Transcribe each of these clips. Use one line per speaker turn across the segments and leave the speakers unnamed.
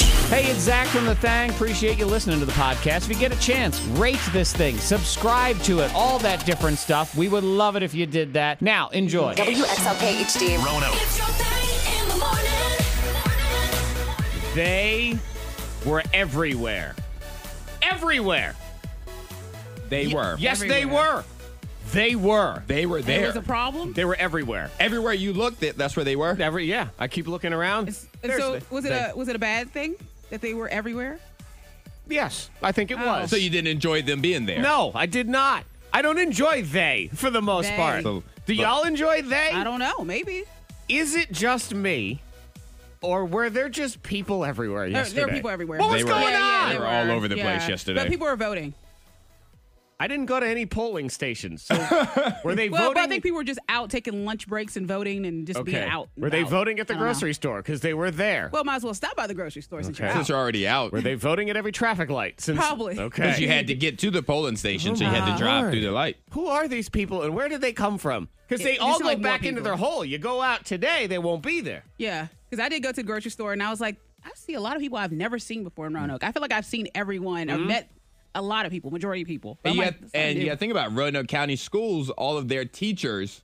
Hey, it's Zach from The Thang. Appreciate you listening to the podcast. If you get a chance, rate this thing, subscribe to it, all that different stuff. We would love it if you did that. Now, enjoy.
WXLK HD.
Rono.
It's your thing in the morning.
They were everywhere. Everywhere.
They were.
Yes, they
Everywhere.
were. They were.
They were
There
there.
was a problem.
They were everywhere.
Everywhere you looked, th- that's where they were.
Every yeah, I keep looking around.
And so
Seriously.
was it
They-
a was it a bad thing that they were everywhere?
Yes, I think it
Oh.
was.
So you didn't enjoy them being there.
No, I did not. I don't enjoy they for the most
They.
part.
So-
Do y'all enjoy they?
I don't know. Maybe
Is it just me, or were there just people everywhere
There-
yesterday?
there were people everywhere.
What was
They were-
going
Yeah, yeah,
on?
They were all over the place yesterday.
But people were voting.
I didn't go to any polling stations. So were they
Well,
voting?
but I think people were just out taking lunch breaks and voting and just
okay.
being out. and
Were they
about.
voting at the
I don't know.
grocery store because they were there?
Well, might as well stop by the grocery store since you're
Okay.
Since
out.
you're already out.
were they voting at every traffic light? Since,
Probably.
Okay.
Because you had to get to the polling station, so you had to drive through the light.
Who are these people, and where did they come from? Because
It-
they
it
all
just
go
like more
back into
people.
their hole. You go out today, they won't be there.
Yeah, because I did go to the grocery store and I was like, I see a lot of people I've never seen before in Roanoke. I feel like I've seen everyone.
Mm-hmm.
I've met a lot of people, majority of people.
And,
But I'm
you
like,
got-
"That's something
and
new."
yeah, think about Roanoke County schools. All of their teachers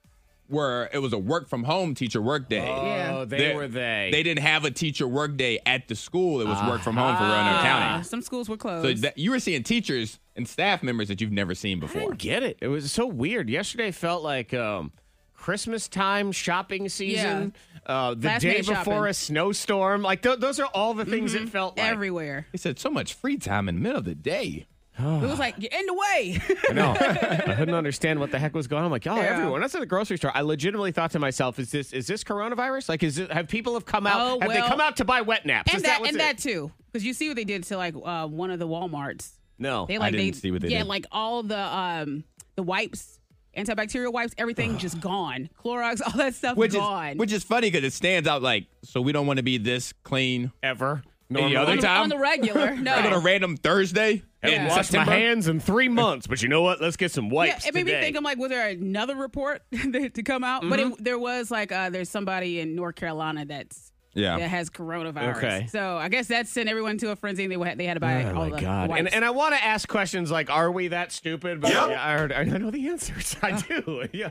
were. It was a work from home teacher work day.
Yeah.
Oh, they
They-
were they.
They didn't have a teacher work day at the school. It was work from home for
Ah.
Roanoke
Uh,
County.
some schools were closed.
So that, you were seeing teachers and staff members that you've never seen
I
before.
didn't get it. It was so weird. Yesterday felt like um, Christmas time, shopping season, uh, the
Last
day
minute
before
shopping. Mm-hmm.
a snowstorm. Like th- those are all the things it felt like.
everywhere.
They said so much free time in the middle of the day.
It was like, get in the way.
No, I couldn't understand what the heck was going on. I'm like, y'all,
Yeah.
everywhere. When I was at the grocery store, I legitimately thought to myself, is this is this coronavirus? Like, is it, have people have come out?
Oh,
have they
well.
come out to buy wet naps? Is
and
that
that,
what's
and
it?
that too, because you see what they did to like uh, one of the WalMarts.
no.
They like
didn't
they
see what they
yeah,
did.
like all the um the wipes, antibacterial wipes, everything just gone. Clorox, all that stuff
which
gone.
is which is funny because it stands out like so we don't want to be this clean
ever.
Any
Normally.
other
on, the,
time?
on the regular. No,
on a random Thursday
Haven't
in
washed my
September.
hands in three months, but you know what? Let's get some
Yeah,
wipes
it made
today.
me think. I'm like, was there another report that- to come out? But
Mm-hmm.
it, there was like, uh, there's somebody in North Carolina that's
Yeah.
that has coronavirus.
Okay.
So I guess that sent everyone to a frenzy. and They wa- they had to
Oh
buy all the wipes.
Oh And, and I want to ask questions like, "Are we that stupid?" But yeah, I, already- I know the answers. I do. Yeah.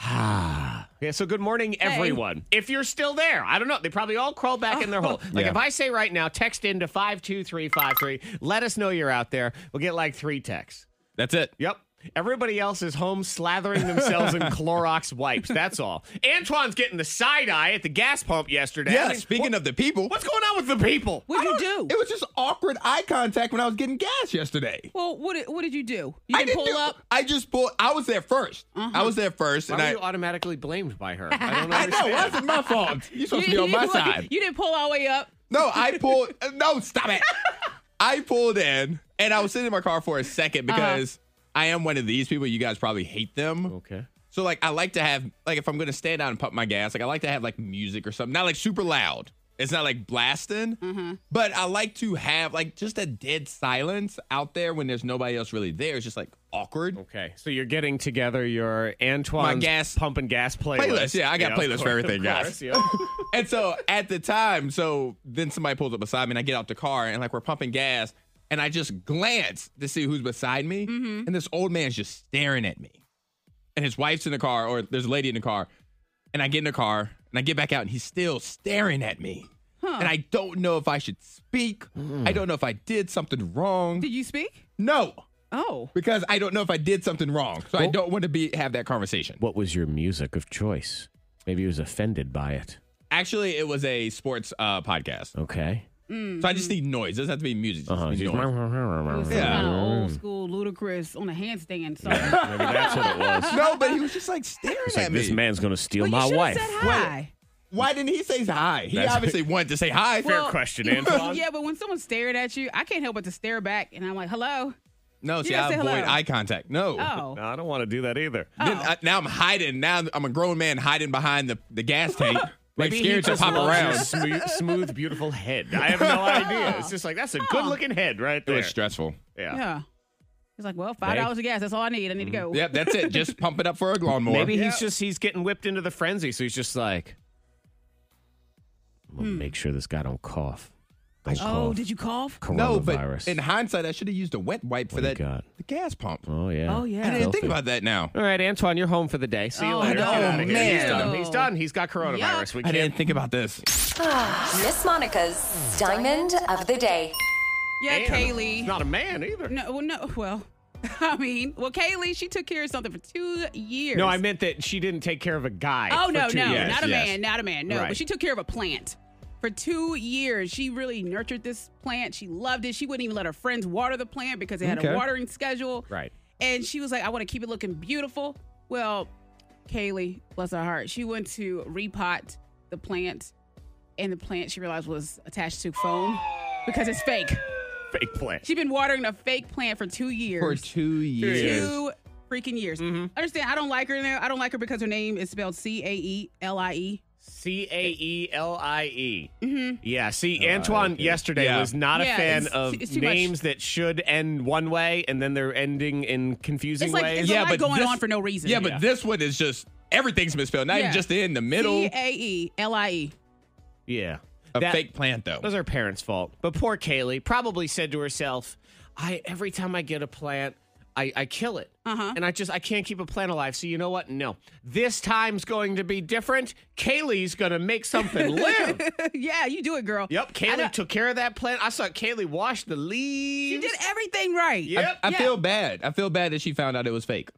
Ah. yeah. So good morning, everyone. If you're still there, I don't know. They probably all crawl back in their hole. Like
Yeah.
if I say right now, text into five two three five three. Let us know you're out there. We'll get like three texts.
That's it.
Yep. Everybody else is home slathering themselves in Clorox wipes. That's all. Antoine's getting the side eye at the gas pump yesterday. I
Yeah.
mean,
speaking of the people,
what's going on with the people?
What'd you do?
It was just awkward eye contact when I was getting gas yesterday.
well, what did, what did you do? You
I
didn't pull
do-
up. Uh-huh.
I just pulled. I was there 1st I was there first,
Why
and
were
I.
you automatically blamed by her? I don't
I know.
understand.
Why is it my fault? You're supposed
You,
to be on my
you-
side.
you didn't pull all the way up.
No, I pulled. uh, No, stop it. I pulled in, and I was sitting in my car for a second
Uh-huh.
because I am one of these people. You guys probably hate them.
Okay.
So like I like to have like if I'm gonna stand out and pump my gas, like I like to have like music or something. Not like super loud. It's not like blasting, but I like to have like just a dead silence out there when there's nobody else really there. It's just like awkward.
Okay, so you're getting together your Antoine's
My gas-
pump and gas playlist.
Playlist, yeah, I got playlists for everything, guys. And so at the time, so then somebody pulls up beside me and I get out the car and like we're pumping gas and I just glance to see who's beside me.
Mm-hmm.
And this old man's just staring at me. And his wife's in the car or there's a lady in the car. And I get in the car and I get back out and he's still staring at me. And I don't know if I should speak. I don't know if I did something wrong.
Did you speak?
No,
Oh,
because I don't know if I did something wrong. So I don't want to be have that conversation.
What was your music of choice? Maybe he was offended by it.
Actually, it was a sports uh, podcast.
Okay.
Hmm.
So I just need noise. It doesn't have to be music. It just
Uh-huh.
needs
Just-
noise.
it was some
Yeah.
kind of old school ludicrous on a handstand. song.
Maybe that's what it was.
No, but he was just like staring
It's
at
like,
me.
this man's going to steal
Well, you
my
should've
wife.
Said hi.
Why didn't he say hi? He
That's-
obviously wanted to say hi.
Well,
question,
you-
Antoine.
Yeah, but when someone stared at you, I can't help but to stare back, and I'm like, "Hello."
no, see,
gotta
I
say
avoid
hello.
eye contact. No.
Oh,
I don't want to do that either.
Then I- now I'm hiding. Now I'm a grown man hiding behind the, the gas tank. like
Maybe he
scared to
just
pop
loves
around.
your Smooth, smooth, beautiful head. I have no idea. It's just like, that's a good looking head right
It
there.
was stressful.
Yeah. Mm-hmm.
yeah. He's like, "Well, five dollars of gas. That's all I need. I need to go."
Yep, that's it. Just pump it up for a lawnmower.
Maybe
Yeah.
he's just he's getting whipped into the frenzy, so he's just like, I'm gonna make sure this guy don't cough. I just
Hmm. Oh,
coughed.
did you cough?
No,
Coronavirus.
but in hindsight, I should have used a wet wipe for
What do you
that
got?
the gas pump.
oh yeah.
Oh, yeah.
I didn't think
Filthy.
about that now.
All right, Antoine, you're home for the day. See you
Oh,
later.
no,
Get outta here.
man.
He's done. He's done. He's got coronavirus.
Yuck.
We
I
can't.
didn't think about this.
Ah, Miss Monica's Diamond of the Day.
Yeah,
Damn. He's
Kaylee.
not a man either.
no, well, no, well, I mean, well, Kaylee, she took care of something for two years.
No, I meant that she didn't take care of a guy.
Oh
for
no,
two
no,
years.
not a
yes.
man, not a man. No,
Right.
but she took care of a plant for two years. She really nurtured this plant. She loved it. She wouldn't even let her friends water the plant because it had
Okay.
a watering schedule.
Right.
And she was like, "I want to keep it looking beautiful." Well, Kaylee, bless her heart, she went to repot the plant, and the plant she realized was attached to foam because it's fake.
Fake plant.
She'd been watering a fake plant for two years
For two years.
two freaking years. Understand? I don't like her now. I don't like her because her name is spelled C A E L I E.
C A E L I E. Yeah.
Oh,
See, Antoine yesterday
Yeah.
was not a
Mm-hmm. Yeah,
fan
it's-
of
it's too much.
names that should end one way and then they're ending in confusing
It's like-
ways.
it's a lot going on for no reason.
Yeah, but
Yeah.
this one is just everything's misspelled. Not
Yeah.
even just in the middle.
C A E L I E.
yeah.
a
That-
fake plant though.
It was her parents' fault. But poor Kaylee probably said to herself, I every time I get a plant, I, I kill it.
Uh-huh.
And I just I can't keep a plant alive. So you know what? No. This time's going to be different. Kaylee's gonna make something live.
Yeah, you do it, girl.
Yep.
I know-
Kaylee took care of that plant. I saw Kaylee wash the
You
leaves.
did everything right.
Yep.
I
Yeah.
feel bad. I feel bad that she found out it was fake.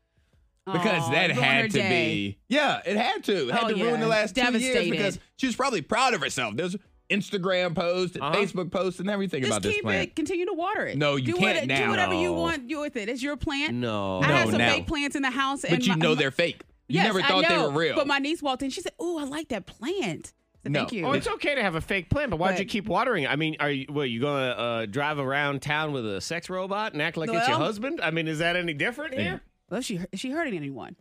Because
Aw,
that
ruin her
had to
day.
be. Yeah, it had to. It had
Oh,
to
yeah.
ruin the last two years
Devastated.
because she was probably proud of herself. There's Instagram posts, and
Uh-huh.
Facebook posts, and everything
Just
about this
keep
plant.
it. Continue to water it.
No, you
do
can't
what,
now.
Do whatever you
No.
want you with it. It's your plant.
No.
I had
No,
some
now.
fake plants in the house, and
But you
my-
know
my-
they're fake. You
Yes,
never
I
thought
know,
they were real.
But my niece walked in. She said, "Oh, I like that plant." I said,
No.
Thank you.
Oh, it's okay to have a fake plant, but why'd
But-
you keep watering it? I mean, are you, what, you gonna uh, drive around town with a sex robot and act like it's your
Well- eh.
husband? I mean, is that any different here?
well, she is she hurting anyone?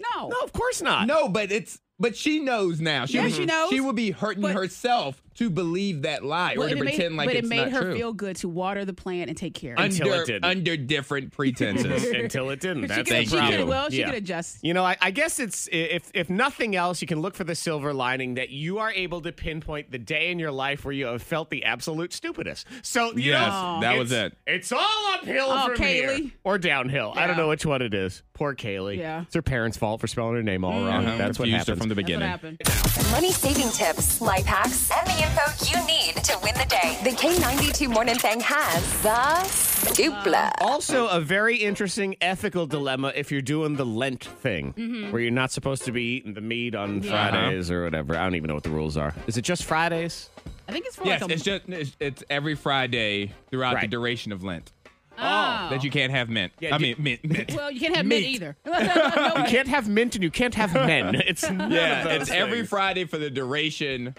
No.
No, of course not.
no, but it's but she knows now. She
Yeah,
would,
she knows.
She would be hurting
But-
herself to believe that lie
Well,
or to
it made-
pretend like
but
it's
it made
not
her
true.
feel good to water the plant and take care of it.
Until it
under
didn't.
under different pretenses.
Until it didn't.
But
That's
she
the
could, she could-
problem.
well, she
Yeah.
could adjust.
You know, I, I guess it's if if nothing else, you can look for the silver lining that you are able to pinpoint the day in your life where you have felt the absolute stupidest. So you
Yes,
know,
that
it's-
was it.
It's all uphill
Oh,
from here
Kaylee.
or downhill. I don't
Yeah.
know which one it is. Poor Kaylee.
Yeah. Mm.
it's her parents' fault for spelling her name all wrong.
Uh-huh,
That's what
confused her
happened
from the
That's what
beginning.
happened.
Money saving tips, life hacks, and the info you need to win the day. The K92 Morning Thing has the dupla.
Also, a very interesting ethical dilemma if you're doing the Lent thing, where you're not supposed to be eating the meat on Fridays or whatever. I don't even know what the rules are. Is it just Fridays?
I think it's for
Yes,
like a
it's just it's, it's every Friday throughout the
Right.
duration of Lent
Oh.
that you can't have mint.
Yeah,
I
do-
mean mint. mint.
Well, you can't have
Meat.
mint either. No,
You can't have mint and you can't have men. It's none of
yeah,
those
it's every
things.
Friday for the duration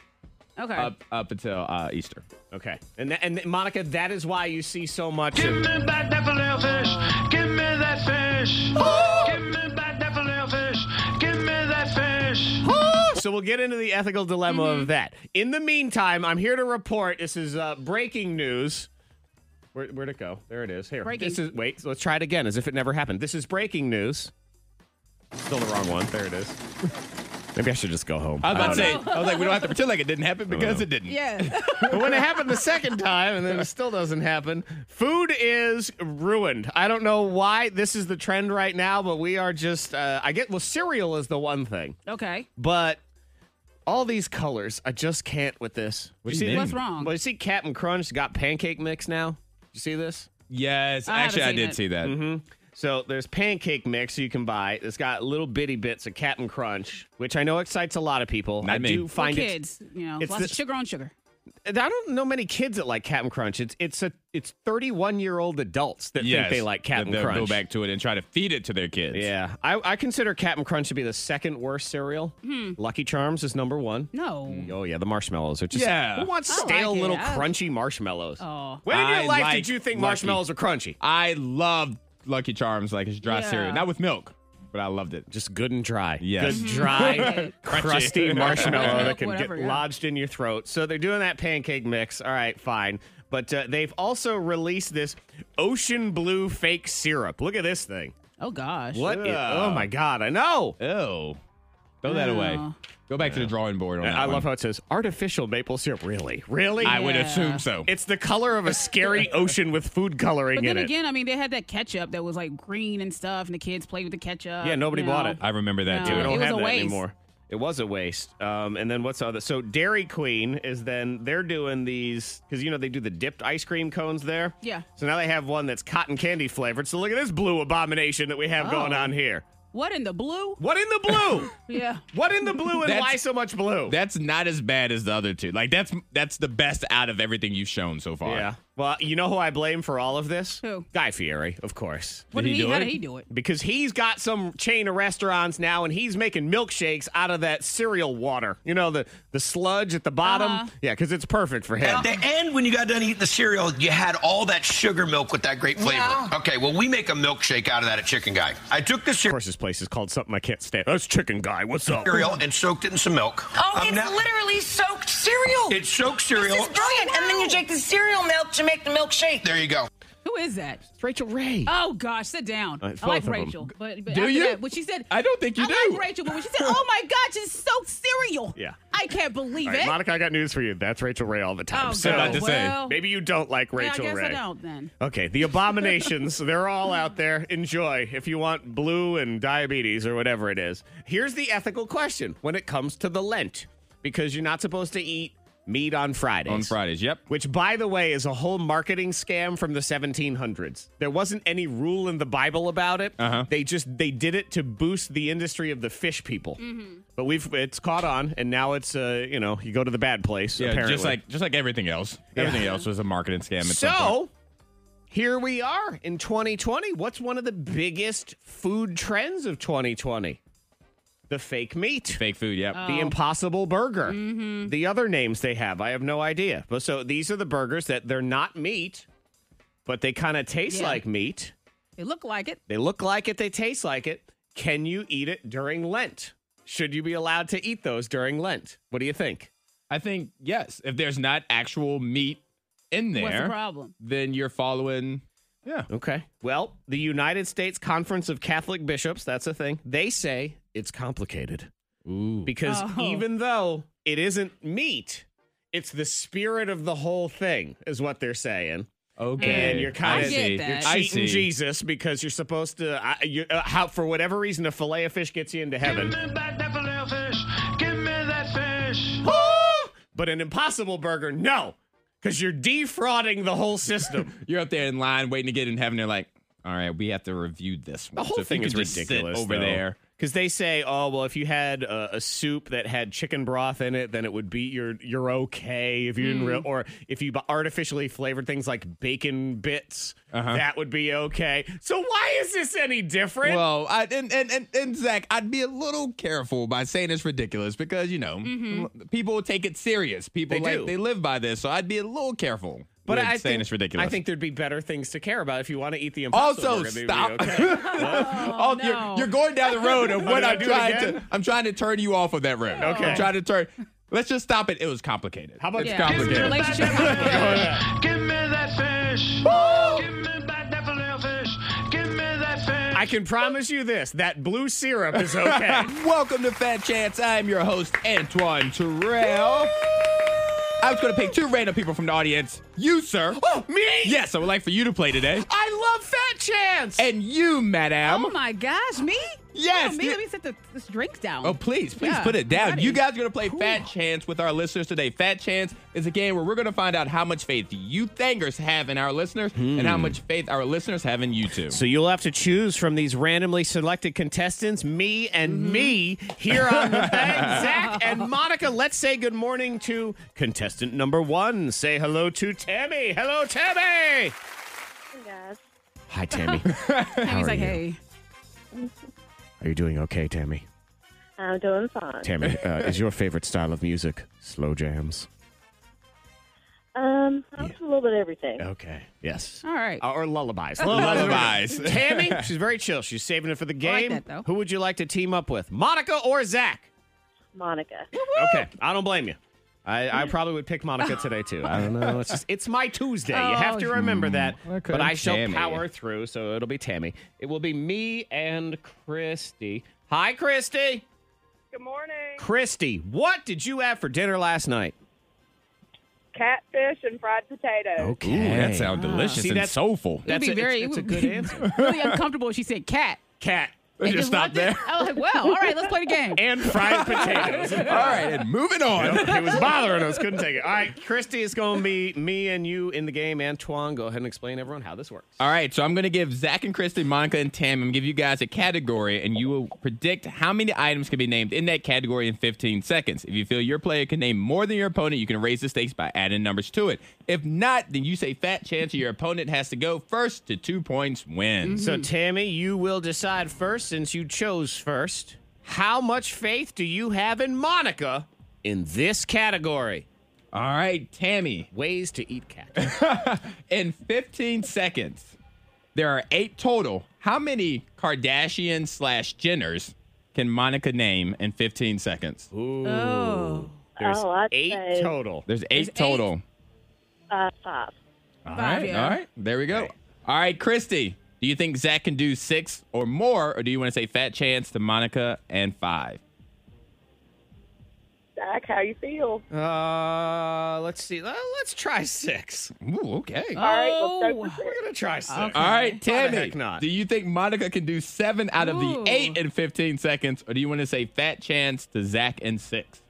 okay.
up up until uh, Easter.
okay. And tha- and Monica, that is why you see so much.
Give me that daffodil fish. Give me that fish. Give me that daffodil fish. Give me that fish.
So we'll get into the ethical dilemma
Mm-hmm.
of that. In the meantime, I'm here to report. This is uh, breaking news. Where, where'd it go? There it is. Here.
Breaking.
This is. Wait. so Let's try it again, as if it never happened. This is breaking news. Still the wrong one. There it is. Maybe I should just go home.
I was about to
don't
say, I was like, we don't have to pretend like it didn't happen because it didn't.
yeah.
know. but when it happened the second time, and then it still doesn't happen, food is ruined. I don't know why this is the trend right now, but we are just. Uh, I get well, cereal is the one thing,
okay.
but. All these colors, I just can't with this.
do you mean?
What's wrong?
Well, you see Captain Crunch got pancake mix now? You see this?
Yes,
I haven't
actually, I
seen
did
it.
see that.
Mm-hmm. So there's pancake mix you can buy. It's got little bitty bits of Captain Crunch, which I know excites a lot of people.
Not
I
me.
do
For
find it.
kids, you know,
it's
lots
the-
of sugar on sugar.
I don't know many kids that like Captain Crunch. It's it's a it's 31 year old adults that
Yes,
think they like Captain
they'll
Crunch.
Go back to it and try to feed it to their kids.
Yeah, I, I consider Captain Crunch to be the second worst cereal.
Hmm.
Lucky Charms is number one.
No.
Oh yeah, the marshmallows are just.
Yeah.
who wants
I like
stale
it.
little
I-
crunchy marshmallows?
Oh.
when in your
I
life
like
did you think
Lucky.
marshmallows were crunchy?
I loved Lucky Charms like it's dry
Yeah.
cereal, not with milk, but I loved it.
Just good and dry.
Yes.
Good, dry,
Okay.
crusty marshmallow that can
Mm-hmm. Whatever,
get
yeah.
lodged in your throat. So they're doing that pancake mix. All right, fine. But uh, they've also released this ocean blue fake syrup. Look at this thing.
Oh gosh.
What? i- oh my God, I know.
Ew. Throw that away.
No.
Go back to the drawing board on that
I love
one.
how it says artificial maple syrup. Really? Really?
I would
Yeah.
assume so.
It's the color of a scary ocean with food coloring
But
in
then
it.
again, I mean, they had that ketchup that was like green and stuff, and the kids played with the ketchup.
Yeah, nobody
you know.
bought it.
I remember that
No.
we
It
don't
was
have
a
that
waste.
anymore. It was a waste. Um, and then what's the other? So Dairy Queen is then they're doing these because you know they do the dipped ice cream cones there.
Yeah.
So now they have one that's cotton candy flavored. So look at this blue abomination that we have going
Oh.
on here.
What in the blue?
What in the blue?
Yeah.
what in the blue? And
That's-
why so much blue?
That's not as bad as the other two. Like that's that's the best out of everything you've shown so far.
yeah. Well, you know who I blame for all of this?
Who?
Guy Fieri, of course.
What
Did
did,
he
he?
do
how
it?
did he do it?
Because he's got some chain of restaurants now, and he's making milkshakes out of that cereal water. You know the the sludge at the bottom.
Uh-huh.
Yeah, because it's perfect for him.
At the end, when you got done eating the cereal, you had all that sugar milk with that great flavor. Okay, well, we make a milkshake out of that at Chicken Guy. I took the
Of course, this place is called something I can't stand. That's Chicken Guy. What's up?
cereal and soaked it in some milk.
Oh,
I'm
it's
now-
literally soaked cereal.
It's soaked
this
cereal.
is brilliant. And then you take the cereal milk to make the milkshake.
There you go.
Who is that?
It's Rachel Ray.
Oh gosh, sit down.
Uh, it's
I like
both of 'em.
Rachel, but, but
Do
after
you?
That, when she said,
I don't think you
I
do.
like Rachel, but when she said, "Oh my God, she's soaked cereal,"
Yeah.
I can't believe
All right,
it.
Monica, I got news for you. That's Rachel Ray all the time.
oh,
so
God.
about to say,
well,
maybe you don't like
yeah,
Rachel
I guess
Ray.
I don't then.
Okay, the abominations, they're all out there. Enjoy if you want blue and diabetes or whatever it is. Here's the ethical question when it comes to the Lent, because you're not supposed to eat meat on Fridays.
On Fridays. Yep.
Which, by the way, is a whole marketing scam from the 1700s. There wasn't any rule in the Bible about it.
Uh-huh.
They just they did it to boost the industry of the fish people. But we've it's caught on, and now it's uh you know you go to the bad place.
Yeah,
apparently.
just like just like everything else. Everything else was a marketing scam. At some point.
So here we are in 2020. What's one of the biggest food trends of 2020? The fake meat.
fake food. Yep.
The Impossible Burger. The other names they have, I have no idea. But so these are the burgers that they're not meat, but they kind of taste
Yeah.
like meat.
It looked like it.
They look like it, they taste like it. Can you eat it during Lent? Should you be allowed to eat those during Lent? What do you think?
I think yes. If there's not actual meat in there,
What's the problem?
then you're following. Yeah.
Okay. Well, the United States Conference of Catholic Bishops, that's a thing, they say it's complicated.
Ooh.
Because
Oh.
even though it isn't meat, it's the spirit of the whole thing, is what they're saying.
Okay.
And you're kinda-
I
I
get
see.
that.
You're
I
cheating
see.
Jesus because you're supposed to, I you, uh, how, for whatever reason, a fillet of fish gets you into
Give
heaven.
me back that filet fish. Give me that fish.
but an impossible burger, no, because you're defrauding the whole system.
You're up there in line waiting to get in heaven. They're like, all right, we have to review this. One.
The whole
So if you
thing
could
is
just sit
ridiculous
over there.
Because they say, oh well, if you had a, a soup that had chicken broth in it, then it would be you're you're okay. If you didn't,
Mm.
real, or if you bu- artificially flavored things like bacon bits,
Uh-huh.
that would be okay. So why is this any different?
Well, I, and, and and and Zach, I'd be a little careful by saying it's ridiculous because you know people take it serious. People
They
like
do.
they live by this, so I'd be a little careful.
but
with
I
saying
think,
it's ridiculous.
I think there'd be better things to care about if you want to eat the impossible.
Also,
burger, they'd be
stop.
okay.
Oh,
no.
you're, you're going down the road of what
Did I
I'm
do it
trying
again?
to. I'm trying to turn you off of that road.
Okay.
I'm trying to turn. Let's just stop it. It was complicated.
How about-
it's
Yeah.
Your
complicated?
relationship.
Give me that fish. Give me back that filet fish. Give me that fish.
I can promise you this: that blue syrup is okay.
Welcome to Fat Chance. I'm your host Antoine Terrell. I was going to pick two random people from the audience. You, sir.
oh, me?
Yes, I would like for you to play today.
I love Fat Chance.
And you, madam.
Oh my gosh, me?
Yes,
Yeah, me.
you-
Let me set the, this drink down.
Oh, please, please
Yeah,
put it down.
buddy.
You guys are going to play Fat Chance with our listeners today. Fat Chance is a game where we're going to find out how much faith you thangers have in our listeners and how much faith our listeners have in you two.
So you'll have to choose from these randomly selected contestants, me and
Mm-hmm.
me, here on the thing. Zach and Monica, let's say good morning to contestant number one. Say hello to Tammy. Hello, Tammy.
Yes,
Hi, Tammy.
Tammy's
are
like,
you?
hey,
Are you doing okay, Tammy?
I'm doing fine.
Tammy, uh, is your favorite style of music slow jams?
Um, I was a little bit of everything.
Okay. Yes.
all right. Oh,
Or lullabies.
Lullabies.
Tammy, she's very chill. She's saving it for the
like
game.
that, though.
Who would you like to team up with, Monica or Zach?
Monica.
Okay, I don't blame you. I, I probably would pick Monica today too. I don't know. It's just it's my Tuesday. You have to remember that.
Okay.
But I shall
Tammy.
power through, so it'll be Tammy. It will be me and Christy. Hi, Christy.
Good morning.
Christy, what did you have for dinner last night?
Catfish and fried potatoes.
Ooh, that sounds delicious
See,
and
that's-
soulful.
That's
be
a,
very-
it's, it's a good answer.
really uncomfortable when she said cat.
Cat
It
Just stop
left it-
there.
I was like, well, all right, let's play the game.
and fried potatoes.
All right, and moving on.
it was bothering us. Couldn't take it. All right, Christy, it's going to be me and you in the game. Antoine, go ahead and explain everyone how this works.
All right, so I'm going to give Zach and Kristen, Monica and Tam, I'm going to give you guys a category, and you will predict how many items can be named in that category in 15 seconds. If you feel your player can name more than your opponent, you can raise the stakes by adding numbers to it. If not, then you say fat chance or your opponent has to go first to two points wins.
So, Tammy, you will decide first since you chose first. How much faith do you have in Monica in this category?
All right, Tammy,
Ways to eat cat.
in 15 seconds, there are eight total. How many Kardashian slash Jenners can Monica name in 15 seconds?
Oh,
There's
Oh, I'd
eight
say-
total.
There's eight total.
Uh, five.
All
Five,
right,
yeah.
all right. There we go. All right, Christy, do you think Zach can do six or more, or do you want to say fat chance to Monica and five?
Zach, how you feel?
Uh, let's see. Uh, let's try six.
Ooh, okay.
All right, let's go for
We're
six.
gonna try six.
All right,
Oh, Why the
Tammy,
heck not?
do you think Monica can do seven out of
Ooh.
the eight in 15 seconds, or do you want to say fat chance to Zach and six?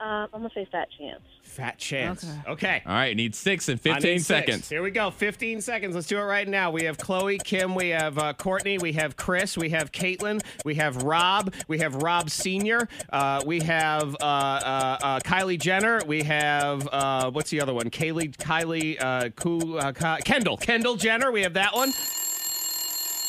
Um, I'm gonna say fat chance.
Fat chance. Okay.
All right, need six in
I
15
need six.
seconds.
Here we go. 15 seconds. Let's do it right now. We have Chloe, Kim, we have uh, Courtney, we have Chris, we have Caitlin, we have Rob, we have Rob Sr., uh, we have uh, uh, uh, Kylie Jenner, we have, uh, what's the other one? Kaylee, Kylie, uh, Ku, uh, Ka- Kendall, Kendall Jenner, we have that one.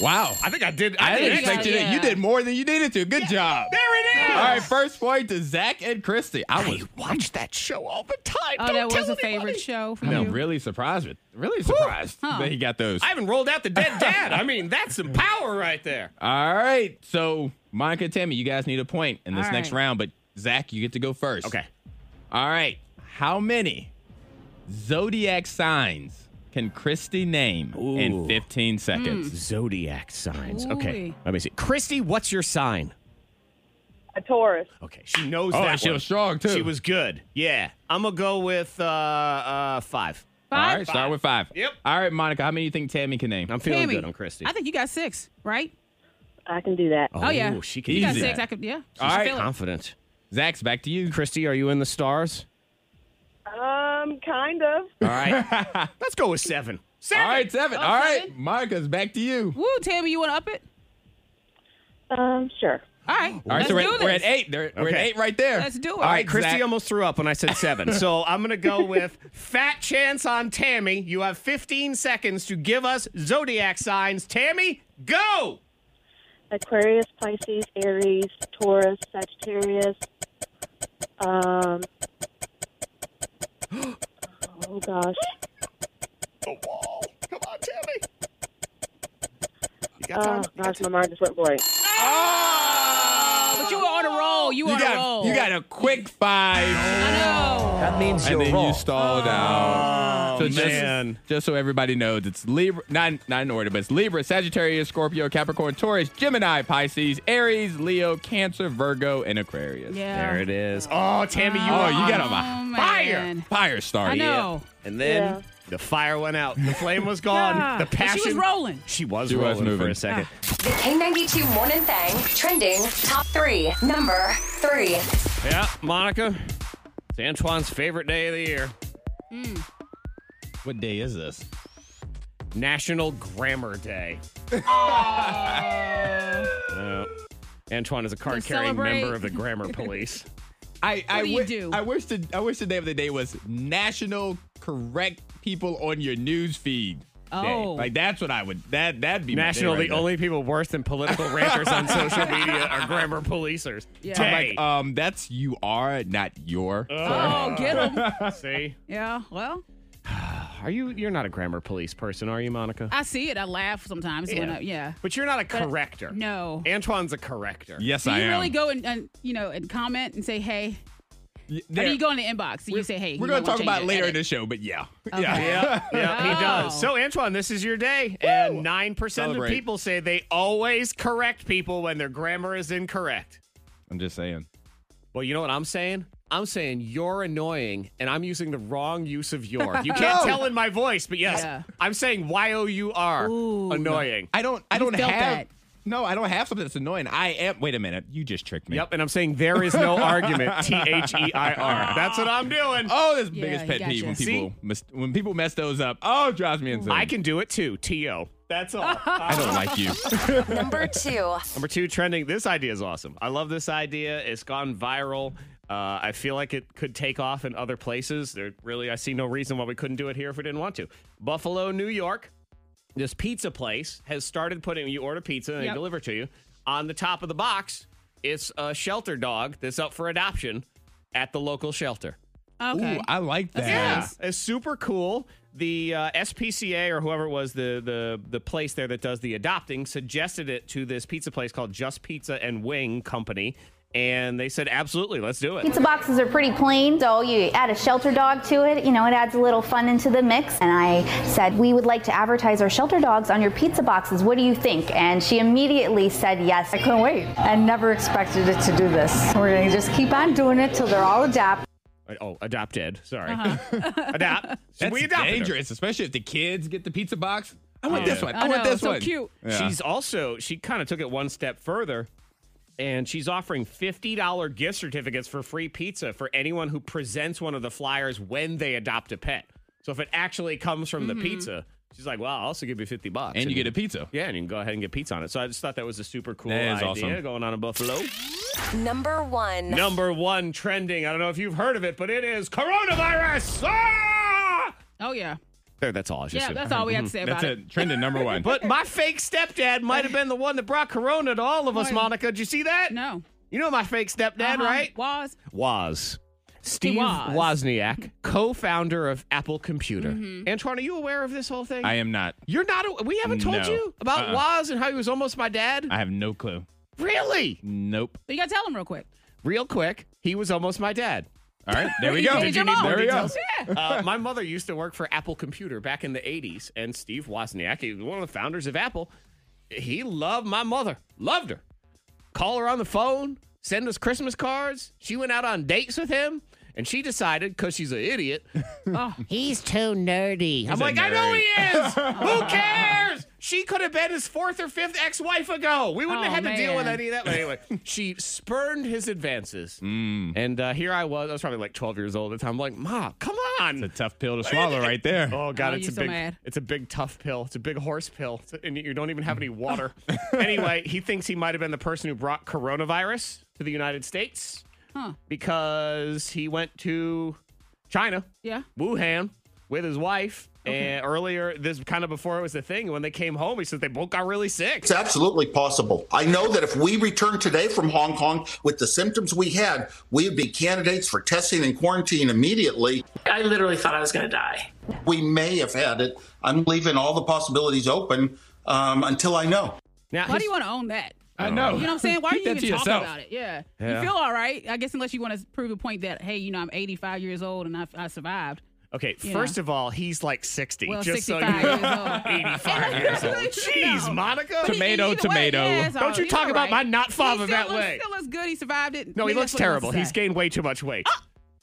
Wow.
I think I did.
I, didn't
think so,
expect you to. You
yeah.
did more than you needed to. Good job.
There it is.
All right, first point to Zach and Christy. I was
I watch that show all the time.
oh,
Don't
that was
tell
a favorite
anybody.
show for
No,
you.
really surprised. With, really surprised that he got those.
I haven't rolled out the dead dad. I mean, that's some power right there.
All right. So, Monica, Tammy, you guys need a point in this
All
next
right.
round, but Zach, you get to go first. All right. How many zodiac signs can Christy name in
Ooh.
15
Hmm.
seconds?
Zodiac signs.
Ooh.
Okay. Let me see. Christy, what's your sign?
A Taurus.
Okay. She knows
Oh,
that.
and she
one.
was strong, too.
She was good. Yeah. I'm going to go with uh, uh, five.
Five?
All right. Start with five.
Yep.
All right, Monica, how many do you think Tammy can name?
I'm feeling
Tammy,
good on Christy.
I think you got six, right?
I can do that.
Oh, yeah.
She can
you got
do
Easy.
six.
that.
I could, yeah.
All
I
right.
feel it.
Confident.
Zach's back to you.
Christy, are you in the stars?
Um, kind of.
All right. Let's go with seven.
All right, seven.
Oh,
All right,
seven.
Monica's back to you.
Woo, Tammy, you want to up it?
Um, sure.
All right.
All right,
let's
so we're
do
at,
this.
we're at eight. There- We're at
Okay.
eight right there.
Let's do it.
All
All
right,
right, Christy
Zach-
almost threw up when I said seven. so I'm going to go with fat chance on Tammy. You have 15 seconds to give us zodiac signs. Tammy, go!
Aquarius, Pisces, Aries, Taurus, Sagittarius. Um. Oh gosh.
The wall. Come on, Tammy. You got
Oh
time? You got
gosh, my mind just went blank.
But you were on a roll. You were
You
on a
got,
roll.
you got a quick five.
I know.
That means
and then you stalled out.
Oh,
just,
man.
just so everybody knows, it's Libra, not, not in order, but it's Libra, Sagittarius, Scorpio, Capricorn, Taurus, Gemini, Pisces, Aries, Leo, Cancer, Virgo, and Aquarius.
Yeah.
There it is. Oh, Tammy, you
Oh,
are
you
on
got him.
Oh,
fire.
man.
Fire star.
I
yeah.
know.
And then
Yeah.
the fire went out. The flame was gone.
Yeah.
The
But she was
passion.
rolling. Ah.
She was
She was
rolling for
moving.
a second.
The K92 Morning Thang trending top three. Number three.
Yeah, Monica. It's Antoine's favorite day of the year.
What day is this?
National Grammar Day. Yeah. Antoine is a card carrying
celebrate.
member of the Grammar Police.
I, I,
do you
wi-
do?
I wish the I wish the name of the day was National Correct People on Your News Feed. Day.
Oh.
Like that's what I would that that'd be my day
National,
right
the
there.
only people worse than political ranters on social media are grammar policers.
Yeah.
Day.
I'm like, um, that's you are, not your.
Oh, get him.
uh,
See,
yeah. Well,
are you? You're not a grammar police person, are you, Monica?
I see it. I laugh sometimes. Yeah. When I, yeah.
But you're not a corrector.
No.
Antoine's a corrector.
yes,
Do
I
you
am.
really go and, and you know and comment and say hey?
Y-
Or
there-
do you go in the inbox and you say hey?
We're going
you might wanna
to talk
change
about
it,
it later in
edit?
the show, but yeah.
Okay.
Yeah.
Yeah, yeah, he
Oh.
does. So, Antoine, this is your day. And 9%
Celebrate.
of people say they always correct people when their grammar is incorrect.
I'm just saying.
Well, you know what I'm saying? I'm saying you're annoying, and I'm using the wrong use of your. You can't
No.
tell in my voice, but yes,
Yeah.
I'm saying Y O U R. Annoying.
I don't. I don't
felt
have.
that.
No, I don't have something that's annoying. I am. Wait a minute. You just tricked me.
Yep, and I'm saying there is no argument. T H E I R. That's what I'm doing.
Oh, this
Yeah,
biggest
he
pet
gotcha.
peeve when
See?
people mis- when people mess those up. Oh, it drives me insane.
I can do it too. T O. That's all.
I don't like you.
Number two.
Number two trending. This idea is awesome. I love this idea. It's gone viral. Uh, I feel like it could take off in other places. There really, I see no reason why we couldn't do it here if we didn't want to. Buffalo, New York. This pizza place has started putting. You order pizza and they
Yep.
deliver it to you. On the top of the box, it's a shelter dog that's up for adoption at the local shelter.
Okay.
Ooh, I like that.
Yeah, it's super cool. The uh, SPCA or whoever it was the the the place there that does the adopting suggested it to this pizza place called Just Pizza and Wing Company, and they said absolutely, let's do it.
Pizza boxes are pretty plain, so you add a shelter dog to it, you know, it adds a little fun into the mix. And I said, We would like to advertise our shelter dogs on your pizza boxes. What do you think? And she immediately said yes. I couldn't wait. I never expected it to do this. We're going to just keep on doing it till they're all adapted.
Oh, adopted. Sorry, adopt. So
That's
we adopted. her.
dangerous, especially if the kids get the pizza box. I want
Yeah.
this one.
Oh, I
I want
know,
this
so
one.
cute.
She's also she kind of took it one step further, and she's offering fifty dollar gift certificates for free pizza for anyone who presents one of the flyers when they adopt a pet. So if it actually comes from the pizza, she's like, "Well, I'll also give you fifty bucks,
Mm-hmm. And you get a pizza.
yeah, and you can go ahead and get pizza on it." So I just thought that was a super cool
That is
idea
awesome.
going on in Buffalo.
Number one.
Number one trending. I don't know if you've heard of it, but it is coronavirus. Ah!
oh yeah.
There, that's all. I was just
Yeah,
doing.
that's all we had to say about
Mm-hmm. That's
it.
it. Trending number one.
But my fake stepdad might have been the one that brought corona to all of us, Monica. Did you see that?
No.
You know my fake stepdad,
Uh-huh.
right?
Was
Was. Steve
was.
Wozniak, co-founder of Apple Computer. Antoine, are you aware of this whole thing?
I am not.
You're not. a- We haven't told
No.
you about
Uh-uh.
Woz and how he was almost my dad.
I have no clue.
really?
Nope.
So you gotta tell him real quick.
Real quick, he was almost my dad.
All right. There we go.
Did you need more
there we go.
details? Yeah.
uh, my mother used to work for Apple Computer back in the 80s, and Steve Wozniak, he was one of the founders of Apple, he loved my mother, loved her. Call her on the phone, send us Christmas cards. She went out on dates with him, and she decided, because she's an idiot, he's too nerdy. I'm
a
like, I know
nerd."
he is. Who cares? She could have been his fourth or fifth ex wife ago. We wouldn't
Oh,
have had to deal with
man.
any of that. But anyway, she spurned his advances.
Mm.
And uh, here I was. I was probably like 12 years old at the time. I'm like, Ma, come on.
It's a tough pill to swallow right there.
Oh god,
Oh,
it's
you're
a
so
big,
mad.
it's a big tough pill. It's a big horse pill, It's- and you don't even have any water. anyway, he thinks he might have been the person who brought coronavirus to the United States
Huh.
because he went to China,
Yeah.
Wuhan, with his wife. And earlier, this kind of before it was a thing. When they came home, he said they both got really sick.
It's absolutely possible. I know that if we returned today from Hong Kong with the symptoms we had, we would be candidates for testing and quarantine immediately.
I literally thought I was going to die.
We may have had it. I'm leaving all the possibilities open um, until I know.
Now,
Why do
his-
you want to own that?
I know.
You know what I'm saying? Why are
Keep
you
that
even
to
talking
yourself.
about it? Yeah.
Yeah.
You feel all right. I guess unless you want to prove a point that, hey, you know, I'm 85 years old and I, I survived.
Okay,
You
first
know.
of all, he's like sixty.
Well,
just so you
65 years
know,
old.
eighty-five years old. Jeez,
No.
Monica.
But he-
Tomato,
either way,
tomato.
yes,
Don't you
he's
talk
all
about my not father
He still
that
looks,
way.
Still looks good. He survived it.
No, he
Maybe
looks
that's what wants
terrible.
to
He's
say.
gained way too much weight.
Ah!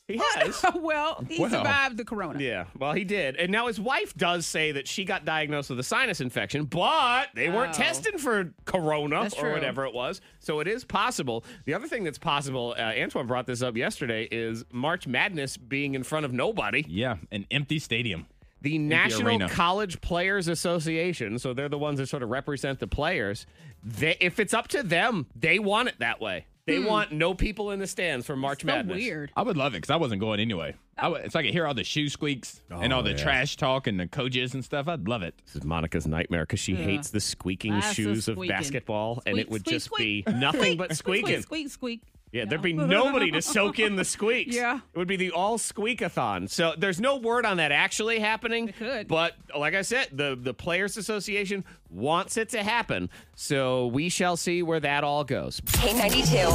he has.
well, he
Well.
survived the corona.
yeah, well, he did. And now his wife does say that she got diagnosed with a sinus infection, but they weren't
Oh.
testing for corona
That's
or
true.
whatever it was. So it is possible. The other thing that's possible, uh, Antoine brought this up yesterday, is March Madness being in front of nobody.
Yeah, an empty stadium.
The National
arena.
College Players Association, so they're the ones that sort of represent the players. They, if it's up to them, they want it that way. They want no people in the stands for March
Hmm. So
Madness.
weird.
I would love it because I wasn't going anyway.
Oh.
I would, so I could hear all the shoe squeaks and
Oh,
all the trash talk and the coaches and stuff. I'd love it.
This is Monica's nightmare because she hates the squeaking
Lots of
shoes of
squeaking.
basketball, and
Squeak,
it would
squeak,
just
squeak.
be nothing but
Squeak,
squeaking.
Squeak, squeak.
Yeah, there'd be nobody to soak in the squeaks.
Yeah.
It would be the all squeakathon. So there's no word on that actually happening.
It could.
But like I said, the, the Players Association wants it to happen. So we shall see where that all goes.
K92.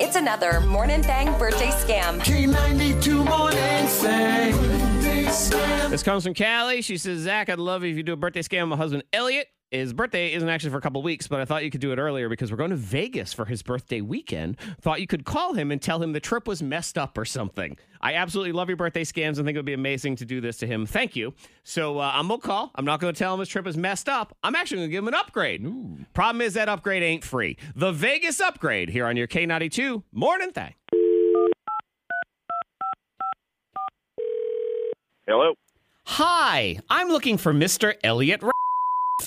It's another Morning Thang birthday scam.
This comes from Callie. She says, Zach, I'd love it if you do a birthday scam with my husband, Elliot. His birthday isn't actually for a couple weeks, but I thought you could do it earlier because we're going to Vegas for his birthday weekend. Thought you could call him and tell him the trip was messed up or something. I absolutely love your birthday scams and think it would be amazing to do this to him. Thank you. So uh, I'm going to call. I'm not going to tell him his trip is messed up. I'm actually going to give him an upgrade. Problem is, that upgrade ain't free. The Vegas upgrade here on your K92 Morning Thing.
Hello.
Hi, I'm looking for Mr. Elliot. Ra-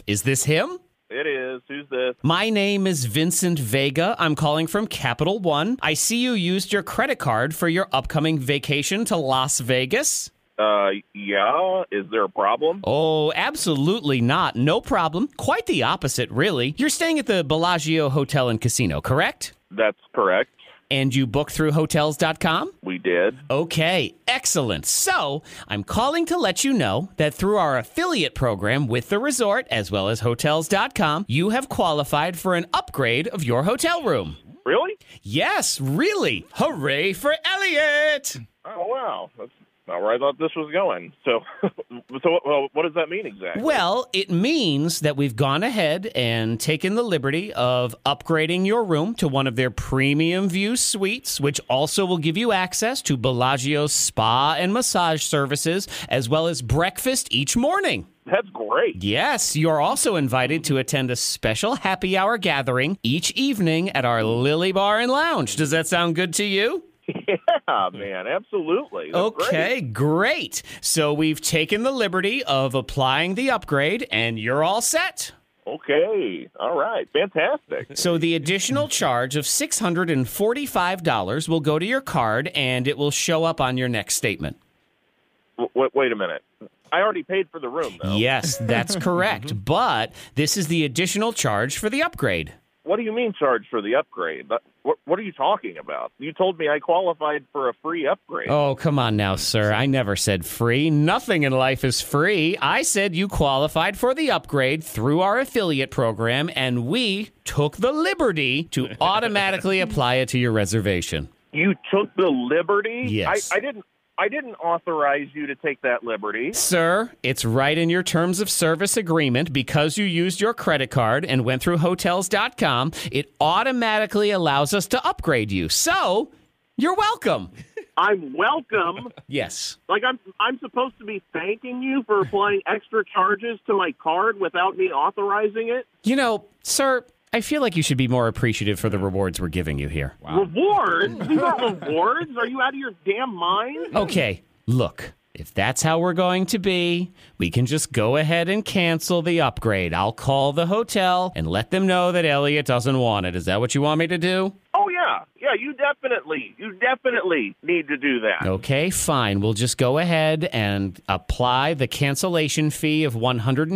Is this him?
It is. Who's this?
My name is Vincent Vega. I'm calling from Capital One. I see you used your credit card for your upcoming vacation to Las Vegas.
Uh, yeah. Is there a problem?
Oh, absolutely not. No problem. Quite the opposite, really. You're staying at the Bellagio Hotel and Casino, correct?
That's correct.
And you book through hotels.com?
We did.
Okay, excellent. So I'm calling to let you know that through our affiliate program with the resort, as well as hotels.com, you have qualified for an upgrade of your hotel room.
Really?
Yes, really. Hooray for Elliot!
Oh wow, that's not where I thought this was going. So, so well, what does that mean exactly?
Well, it means that we've gone ahead and taken the liberty of upgrading your room to one of their premium view suites, which also will give you access to Bellagio's spa and massage services, as well as breakfast each morning.
That's great.
Yes, you're also invited to attend a special happy hour gathering each evening at our Lily Bar and Lounge. Does that sound good to you?
Yeah, Ah, man, absolutely. That's
Mm-hmm. Okay, great. So we've taken the liberty of applying the upgrade, and you're all set.
Okay. All right. Fantastic.
So the additional charge of $645 will go to your card, and it will show up on your next statement.
W- w- wait a minute. I already paid for the room, though.
Yes, that's correct. but this is the additional charge for the upgrade.
What do you mean charge for the upgrade? That- What, what are you talking about? You told me I qualified for a free upgrade.
Oh, come on now, sir. I never said free. Nothing in life is free. I said you qualified for the upgrade through our affiliate program, and we took the liberty to automatically apply it to your reservation.
You took the liberty.
Yes.
I, I didn't. I didn't authorize you to take that liberty.
Sir, it's right in your terms of service agreement because you used your credit card and went through hotels.com, it automatically allows us to upgrade you. So, you're welcome.
I'm welcome.
Yes.
Like I'm, I'm supposed to be thanking you for applying extra charges to my card without me authorizing it.
You know, sir, I feel like you should be more appreciative for the rewards we're giving you here.
Rewards? These aren't rewards. Are you out of your damn mind?
Okay, look, if that's how we're going to be, we can just go ahead and cancel the upgrade. I'll call the hotel and let them know that Elliot doesn't want it. Is that what you want me to do?
Oh yeah, yeah. You definitely, you definitely need to do that.
Okay, fine. We'll just go ahead and apply the cancellation fee of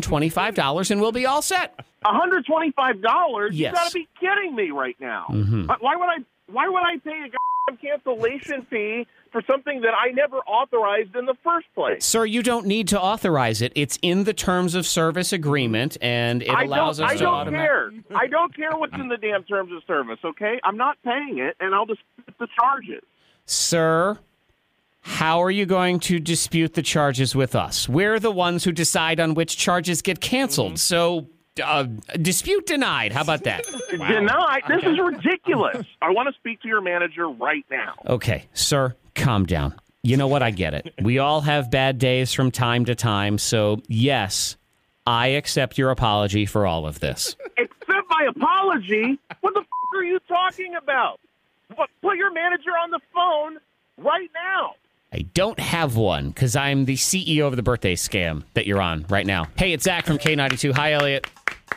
$125 and we'll be all set.
$125? You
Yes.
got to be kidding me right now.
Mhm.
Why- Why would I why would I pay a goddamn cancellation fee for something that I never authorized in the first place?
Sir, you don't need to authorize it. It's in the terms of service agreement and it
I
allows
don't,
us
I
to
don't
automatically.
care. I don't care what's in the damn terms of service, okay? I'm not paying it, and I'll dispute the charges.
Sir, how are you going to dispute the charges with us? We're the ones who decide on which charges get canceled. So, uh, dispute denied. How about that?
Deny. This is ridiculous. I want to speak to your manager right now.
Okay, sir, calm down. You know what? I get it. We all have bad days from time to time. So, yes, I accept your apology for all of this.
Accept my apology. What the f- are you talking about? What, put your manager on the phone right now.
I don't have one because I'm the CEO of the birthday scam that you're on right now. Hey, it's Zach from K92. Hi, Elliot.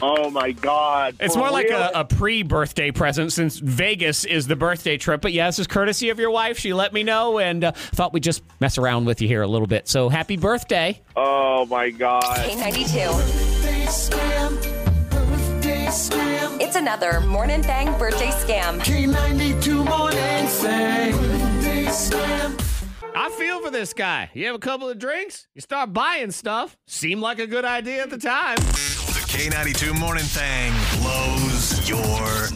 Oh my God!
It's
For
more like
real?
a, a pre birthday present since Vegas is the birthday trip. But yeah, this is courtesy of your wife. She let me know and uh, thought we'd just mess around with you here a little bit. So happy birthday.
Oh my god.
K92. It's another Morning Thang birthday scam. K92 Morning
I feel for this guy. You have a couple of drinks, you start buying stuff. Seemed like a good idea at the time.
The K92 Morning Thang blows your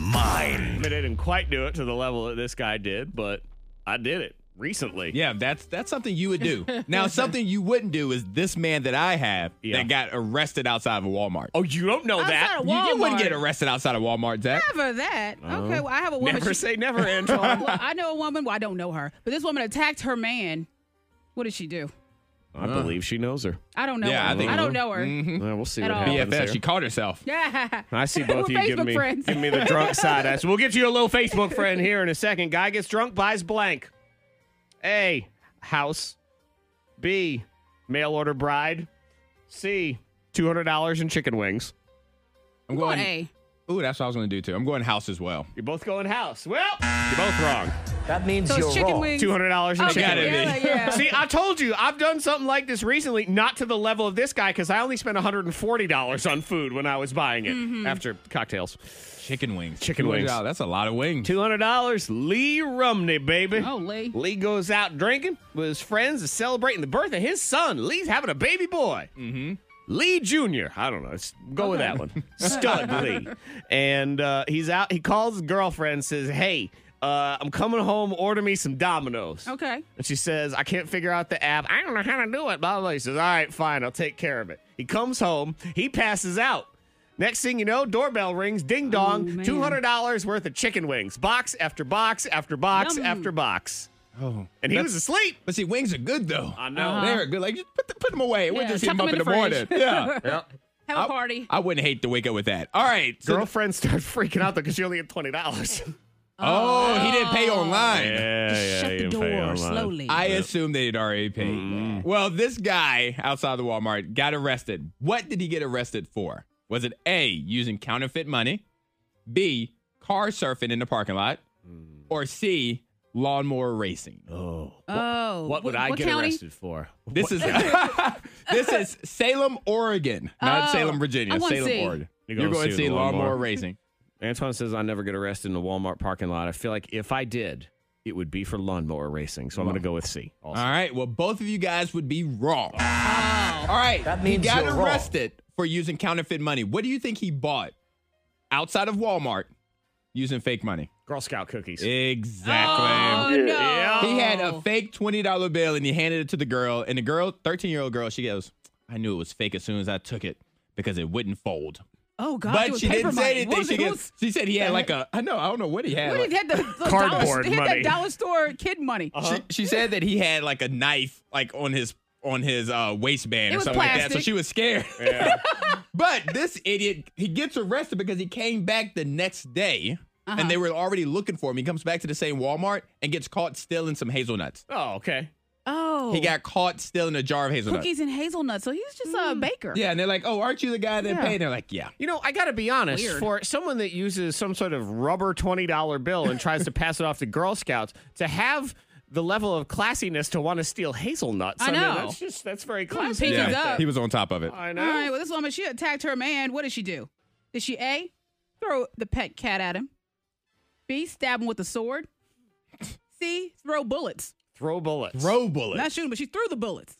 mind.
I mean, I didn't quite do it to the level that this guy did, but I did it. recently.
Yeah, that's that's something you would do. now, something you wouldn't do is this man that I have that got arrested outside of a Walmart.
Oh, you don't know
that. of
You, you wouldn't
Walmart.
get arrested outside of Walmart, Zach.
Never that.
Oh.
Okay, well, I have a woman.
Never say never, Angela.
Well, I know a woman. Well, I don't know her, but this woman attacked her man. What did she do?
I believe she knows her.
I don't know her. I don't know her.
Well, we'll see
At
what
all.
happens.
BFF,
there.
she
caught herself.
Yeah.
I see both of
We're
you giving
Facebook
me
friends.
giving me the drunk side eyes. We'll get you a little Facebook friend here in a second. Guy gets drunk, buys blank. A house. B mail order bride. C two hundred dollars in chicken wings.
I'm going A. Ooh, that's what I was going to do too. I'm going house as well.
You're both going house. Well, you're both wrong.
That means
So it's you're chicken wrong. wings. $200 in
Oh,
chicken
gotta
wings.
be.
See, I told you, I've done something like this recently, not to the level of this guy, because I only spent $140 on food when I was buying it
Mm-hmm.
Mhm.
after cocktails.
Chicken wings.
Chicken wings.
$200, That's a lot of wings.
$200. Lee Rumney, baby.
Oh, Lee.
Lee goes out drinking with his friends and celebrating the birth of his son. Lee's having a baby boy. Mm-hmm. Lee Jr. I don't know. Let's go with that one. Stud Lee. And uh, he's out. He calls his girlfriend and says, Hey, uh, I'm coming home. Order me some Domino's.
Okay.
And she says, I can't figure out the app. I don't know how to do it. Blah, blah, blah. He says, All right, fine. I'll take care of it. He comes home. He passes out. Next thing you know, doorbell rings, ding dong,
man.
$200 worth of chicken wings, box after box after box
Yum.
after box.
Oh.
And he was asleep.
But see, wings are good though. I
know. Uh-huh.
They're good. Like just put, the, put them away. we'll
Yeah,
just eat
tuck
them up in
them
the,
in the
morning.
fridge.
Yeah.
Have a party.
I wouldn't hate to wake up with that. All right. so-
Girlfriend starts freaking out though because she only had twenty dollars.
oh, he didn't pay online.
yeah, shut the door slowly.
I assume they'd already paid.
Mm.
Well, this guy outside the Walmart got arrested. What did he get arrested for? Was it A, using counterfeit money, B, car surfing in the parking lot,
Mm.
or C, lawnmower racing?
Oh.
Oh.
What would I
what
get
county?
arrested for?
This is this is Salem, Oregon, not
Oh,
Salem, Virginia.
I wanna
Salem,
see.
Oregon. You're going to see lawnmower racing.
Antoine says I never get arrested in a Walmart parking lot. I feel like if I did, it would be for lawnmower racing. So I'm going to go with C. Also.
All right. Well, both of you guys would be wrong.
Oh.
All right. That
means
he got
you're wrong.
arrested for using counterfeit money. What do you think he bought outside of Walmart using fake money?
Girl Scout cookies.
Exactly.
Oh, Yeah. no.
He had a fake $20 bill and he handed it to the girl. And the girl, 13 year old girl, she goes, I knew it was fake as soon as I took it because it wouldn't fold.
Oh God. it
but
was
she
paper
didn't
money.
say anything.
What was
She,
it? Who
gets,
was-
she said he had like a, I know, I don't know what he had.
What
like-
did he had the, the
Cardboard
dollar, he had
money. Uh-huh.
that dollar store kid money.
She, she said that he had like a knife like on his on his uh, waistband or
It was
something like that. So
plastic.
she was scared. but this idiot, he gets arrested because he came back the next day
Uh-huh.
and they were already looking for him. He comes back to the same Walmart and gets caught stealing some hazelnuts.
Oh, okay.
Oh.
He got caught stealing a jar of hazelnuts.
cookies and hazelnuts. So he's just
Hmm.
a baker.
Yeah, and they're like, "Oh, aren't you the guy that
Yeah.
paid?" And they're like, "Yeah."
You know, I got to be honest.
Weird.
For someone that uses some sort of rubber twenty dollar bill and tries to pass it off to Girl Scouts, to have the level of classiness to want to steal hazelnuts.
I
mean,
know.
that's just that's very classy.
pinkies
right
up.
there.
He was on top of it.
I
All
know.
right. Well, this woman, she attacked her man. What did she do? Did she A, throw the pet cat at him? B, stab him with a sword? C, throw bullets.
Throw bullets.
Throw bullets.
Not shoot him, but she threw the bullets.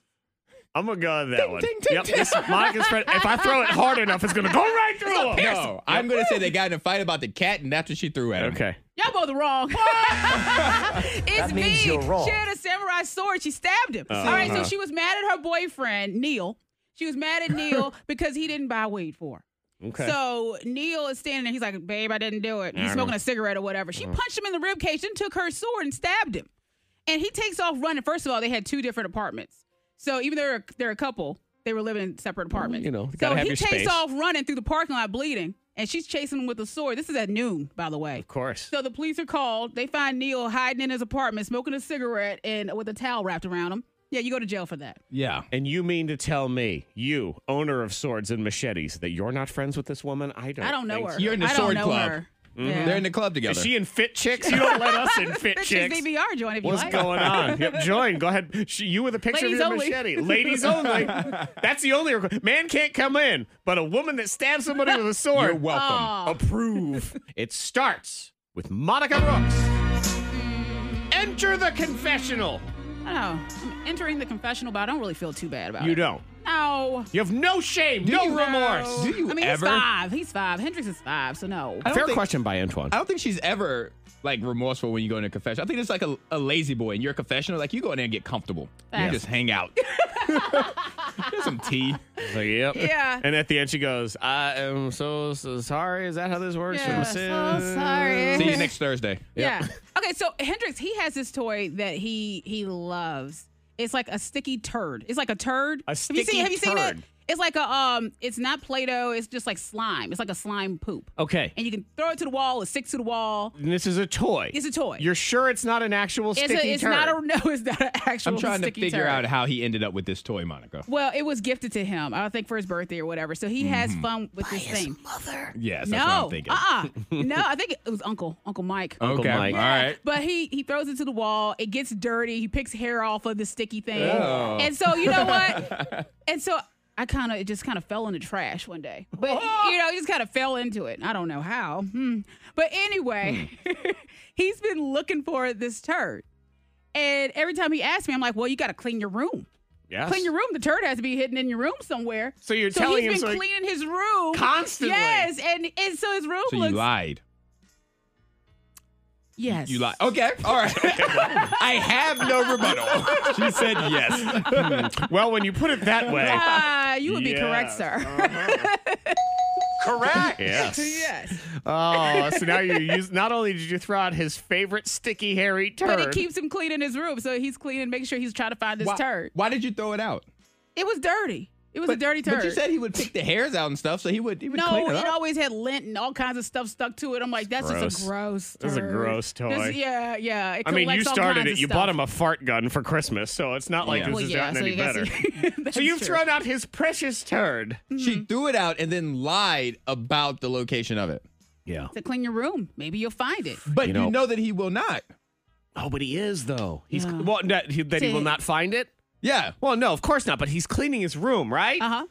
I'm gonna go with that one.
ting, ting,
yep,
ting.
this- Monica's friend. If I throw it hard enough, it's gonna go right through him.
No, I'm gonna say they got in a fight about the cat, and that's what she threw at him.
Okay.
Y'all both wrong. it's
That means
me.
you're wrong.
She had a samurai sword. She stabbed him. All right, so
Uh-huh.
she was mad at her boyfriend, Neil. She was mad at Neil because he didn't buy weed for her.
Okay.
So Neil is standing there. He's like, babe, I didn't do it. He's
Uh-huh.
smoking a cigarette or whatever.
Mm-hmm.
She punched him in the rib cage, then took her sword and stabbed him. And he takes off running. First of all, they had two different apartments. So even though they're, they're a couple, they were living in separate apartments.
you know,
so
gotta have
he
your
takes
space.
off running through the parking lot bleeding, and she's chasing him with a sword. This is at noon, by the way. Of
course.
So the police are called. They find Neil hiding in his apartment, smoking a cigarette and with a towel wrapped around him. Yeah, you go to jail for that.
Yeah.
And you mean to tell me, you, owner of swords and machetes, that you're not friends with this woman? I don't.
I don't know
think
her.
so.
You're in the
I don't
sword
know
club. Mm-hmm.
her.
Mhm.
Yeah.
They're in the club together.
Is she in fit chicks? You don't let us in fit
Bitches
chicks.
DVR joint if you
What's
like.
going on? Yep, join. Go ahead. She, you with a picture
Ladies
of your
only.
machete. Ladies only. That's the only requirement. Man can't come in, but a woman that stabs somebody with a sword.
You're welcome. Aw.
Approve. it starts with Monica Brooks. Enter the confessional.
I don't know. I'm entering the confessional, but I don't really feel too bad about it.
You don't.
No.
You have no shame, no
No.
remorse.
I mean, he's five. He's five. Hendrix is five, so no.
Fair question by Antoine.
I don't think she's ever like remorseful when you go into confession. I think it's like a, a lazy boy in your confessional. Like you go in there and get comfortable.
Facts.
You just hang out. Get some tea.
It's like, yep.
Yeah.
And at the end, she goes, "I am so, so sorry. Is that how this works?"
Yeah,
From
so
sin-
sorry.
See you next Thursday.
Yeah. Okay, so Hendrix, he has this toy that he he loves. It's like a sticky turd. It's like a turd.
A
have you
sticky
seen, have you seen it?
turd.
It's like a um. It's not Play-Doh. It's just like slime. It's like a slime poop.
Oh.
Okay.
And you can throw it to the wall. It sticks to the wall.
And this is a toy.
It's a toy.
You're sure it's not an actual
It's,
sticky
a, it's
turd?
not a no. It's not an actual.
I'm trying to
sticky
figure
turd.
out how he ended up with this toy, Monica.
Well, it was gifted to him. I think for his birthday or whatever. So he has fun with this thing. Mother.
Yes,
no.
Mm-hmm. that's what I'm thinking.
Uh-uh. no, I think it was Uncle Uncle Mike.
Uncle Okay, Mike. all right.
But he he throws it to the wall. It gets dirty. He picks hair off of the sticky thing.
Oh.
And so you know what? and so I kind of it just kind of fell in the trash one day. But
Oh.
you know, just kind of fell into it. I don't know how. Hmm. But anyway,
Hmm.
he's been looking for this turd. And every time he asks me, I'm like, "Well, you got to clean your room."
Yes.
Clean your room. The turd has to be hidden in your room somewhere.
So you're
so
telling him
he's
so he-
been cleaning his room
Constantly.
Yes, and, and so his room
So you
looks.
lied.
Yes.
You lied. Okay. All right. I have no rebuttal. Hmm. she said yes.
well, when you put it that way,
Ah, you would be correct,
Yes.
sir.
correct. yes.
yes.
Oh, so now you use. Not only did you throw out his favorite sticky hairy turd,
But it keeps him clean in his room, so he's cleaning, making sure he's trying to find this
why,
turd.
Why did you throw it out?
It was dirty. It was a dirty turd.
But you said he would pick the hairs out and stuff, so he would he would
no,
clean
it,
it up.
always had lint and all kinds of stuff stuck to it. I'm like, that's just
Gross.
a gross.
This is a
turd.
gross toy.
This- yeah, yeah. It
I mean, you
collects all
started
kinds
it.
of
You
stuff.
bought him a fart gun for Christmas, so it's not like
Yeah.
this
Well,
has
yeah,
gotten
so
any
you guys-
better.
That's
so you've
true.
thrown out his precious turd.
She threw it out and then lied about the location of it.
Yeah.
to clean your room. Maybe you'll find it.
But
You
you
know-
know, that he will not.
Oh, but he is though. He's
Yeah.
well that he, that he
To-
will not find it.
Yeah.
Well, no, of course not. But he's cleaning his room, right?
Uh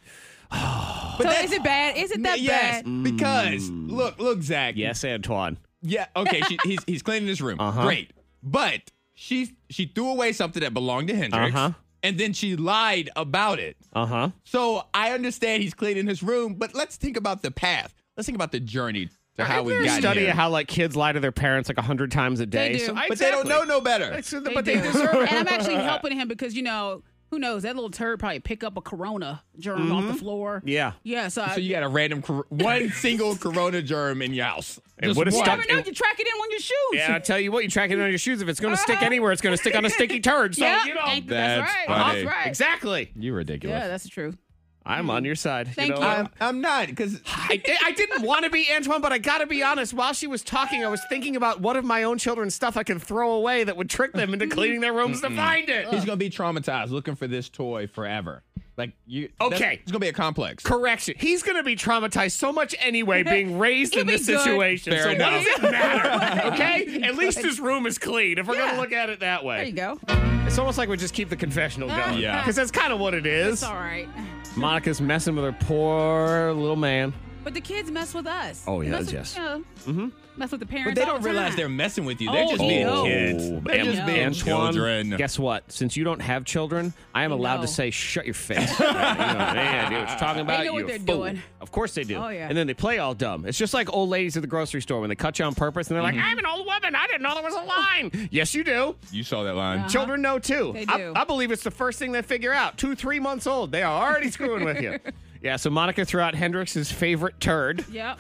huh.
But
so
that-
is it bad? Is it that
yes,
bad?
because look, look, Zach.
Mm. Yes, Antoine.
Yeah. Okay. She, he's he's cleaning his room.
Uh-huh.
Great. But she she threw away something that belonged to Hendrix,
Uh-huh.
and then she lied about it.
Uh huh.
So I understand he's cleaning his room, but let's think about the path. Let's think about the journey to how we got
study
here.
how like kids lie to their parents like a hundred times a day.
They do.
So,
But
but they don't
Exactly.
know no better.
That's- but they,
do.
deserve it.
And I'm actually helping him because you know who knows that little turd probably pick up a corona germ off the floor.
Yeah.
Yeah. So, I,
Mm-hmm. So you got a random cor- one single corona germ in your house.
It
Just
would've
one.
you never
stuck-
know. You track it in on your shoes.
Yeah, I tell you what, you track it on your shoes. If it's going to stick anywhere, it's going to stick on a sticky turd. So
Uh-huh. Yep.
you know
Ain't-
That's
right.
funny.
That's right.
exactly.
You ridiculous.
Yeah, that's the truth.
I'm on your side.
Thank
know?
you.
I-
I'm, I'm not because
I, di- I didn't want to be Antoine, but I got to be honest. While she was talking, I was thinking about what of my own children's stuff I could throw away that would trick them into cleaning their rooms to find it.
he's gonna be traumatized looking for this toy forever. Like you.
Okay.
that's- It's gonna be a complex.
Correction. He's going to be traumatized so much anyway being raised
He'll
in
be
this
good.
situation.
Fair
so
enough.
what does it matter? Okay? At least his room is clean if we're going
Yeah.
to look at it that way.
There you go.
It's almost like we just keep the confessional going.
Yeah.
Because that's kind of what it
It's
is.
all right.
Monica's messing with her poor little man.
But the kids mess with us.
Oh,
They
yeah,
mess with,
yes.
Mm-hmm. Mess with the parents.
But they
all
don't
the
realize they're
time.
messing with you. They're
Oh,
just
he
being
knows.
kids.
Oh,
They're
Am-
just being
Antoine,
children.
guess what? Since you don't have children, I am
They
allowed
know.
to say, shut your face. You know, man, dude, what you're talking about?
They know what
You're a
they're
fool.
doing.
Of course they do.
Oh, yeah.
And then they play all dumb. It's just like old ladies at the grocery store when they cut you on purpose and they're
Mm-hmm.
like, I'm an old woman. I didn't know there was a line. yes, you do.
You saw that line.
Children know too.
Uh-huh. They
I-
do.
I, believe it's the first thing they figure out. Two, three months old. They are already screwing with you. Yeah, so Monica threw out Hendrix's favorite turd.
Yep.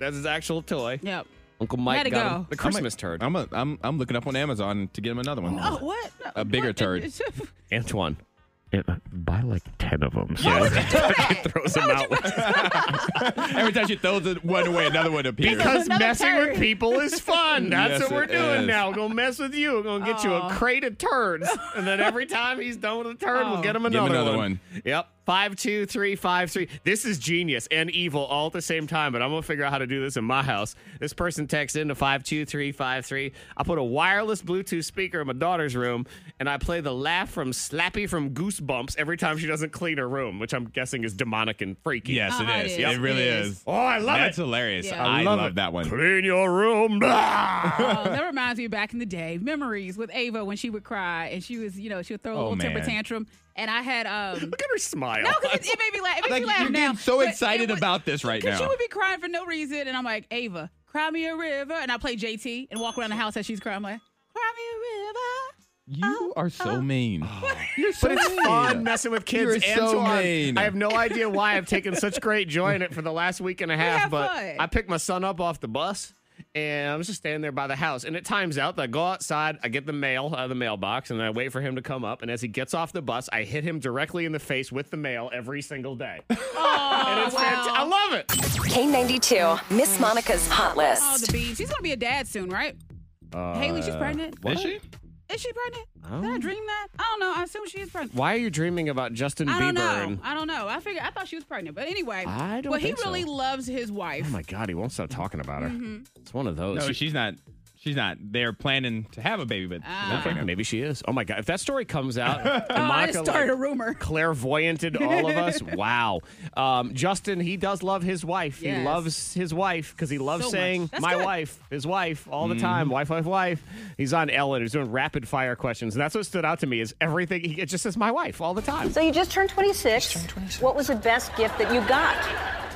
That's his actual toy.
Yep.
Uncle Mike
Had to
got
go.
him the Christmas turd.
I'm a, I'm I'm looking up on Amazon to get him another one.
Oh, what?
A bigger turd.
Antoine. buy like 10 of them.
Why would you do that?
throws them out.
Every time she throws it one away, another one appears.
Because
Another
messing with
turd.
people is fun. That's
Yes,
what we're
it
doing
is.
now. We're going to mess with you. We're going to get you a
Aw.
crate of turds. And then every time he's done with a turd, we'll
Oh.
get him
Give him
another,
another one.
Yep. 52353. This is genius and evil all at the same time, but I'm going to figure out how to do this in my house. This person texts into 52353. I put a wireless Bluetooth speaker in my daughter's room, and I play the laugh from Slappy from Goosebumps every time she doesn't clean her room, which I'm guessing is demonic and freaky.
Yes, it Uh-huh, it is. is. It really It is. is.
Oh, I love it.
That's hilarious. Yeah. I love that one.
Clean your room. Blah!
Oh, that reminds me back in the day, memories with Ava when she would cry and she was, you know, she would throw a
Oh,
little temper
man.
tantrum. And I had um
Look at her smile.
No, because it, it made me laugh. It makes
Like,
me laugh
you're
now.
getting so
but it
excited
would-
about this right
'cause She
now.
would be crying for no reason, and I'm like, Ava, cry me a river, and I play JT and walk around the house as she's crying. I'm like, Oh,
You are so mean. You're
but it's
mean.
fun messing with kids
You're
and
so
so hard.
mean.
I have no idea why I've taken such great joy in it for the last week and a half,
have
but
fun.
I picked my son up off the bus. And I was just standing there by the house, and it times out. that I go outside, I get the mail out of the mailbox, and I wait for him to come up. And as he gets off the bus, I hit him directly in the face with the mail every single day.
Oh,
it's fant- I love it.
K92, Miss Monica's hot list.
Oh, the bees. She's gonna be a dad soon, right? Haley, she's pregnant.
Uh, What?
Is she pregnant?
Oh.
Did I dream that? I don't know. I assume she is pregnant.
Why are you dreaming about Justin
I
Bieber?
don't know.
and-
I don't know. I figured I thought she was pregnant, but anyway.
I don't
But he
think so.
really loves his wife.
oh my God, he won't stop talking about her.
Mhm.
It's one of those.
No, she's not. She's not. They're planning to have a baby, but
Ah.
Okay, maybe she is. Oh my god! If that story comes out, and
Oh, I just
Monica,
started a
like,
rumor.
clairvoyanted all of us. Wow. Um, Justin, he does love his wife. He
Yes.
loves his wife because he loves
So much.
saying
That's
my
good. Mm-hmm.
wife, his wife, all the time. Wife, wife, wife. He's on Ellen. He's doing rapid fire questions, and that's what stood out to me is everything. He it just says my wife all the time.
So you just turned 26. What was the best gift that you got?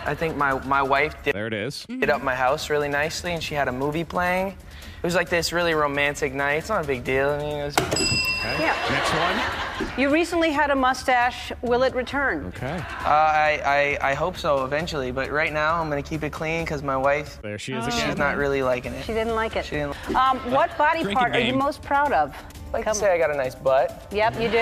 I think my, my wife did.
There it is.
Did up my house really nicely, and she had a movie playing. It was like this really romantic night. It's not a big deal. I mean, it was.
Next one.
You recently had a mustache. Will it return?
Okay.
Uh, I, I I hope so eventually, but right now I'm gonna keep it clean because my wife.
There she
is again.
She's not really liking it.
She didn't like it.
She didn't.
Um, what body
Drinking
part are you
game.
most proud of?
like to say I got a nice butt.
Yep, you do.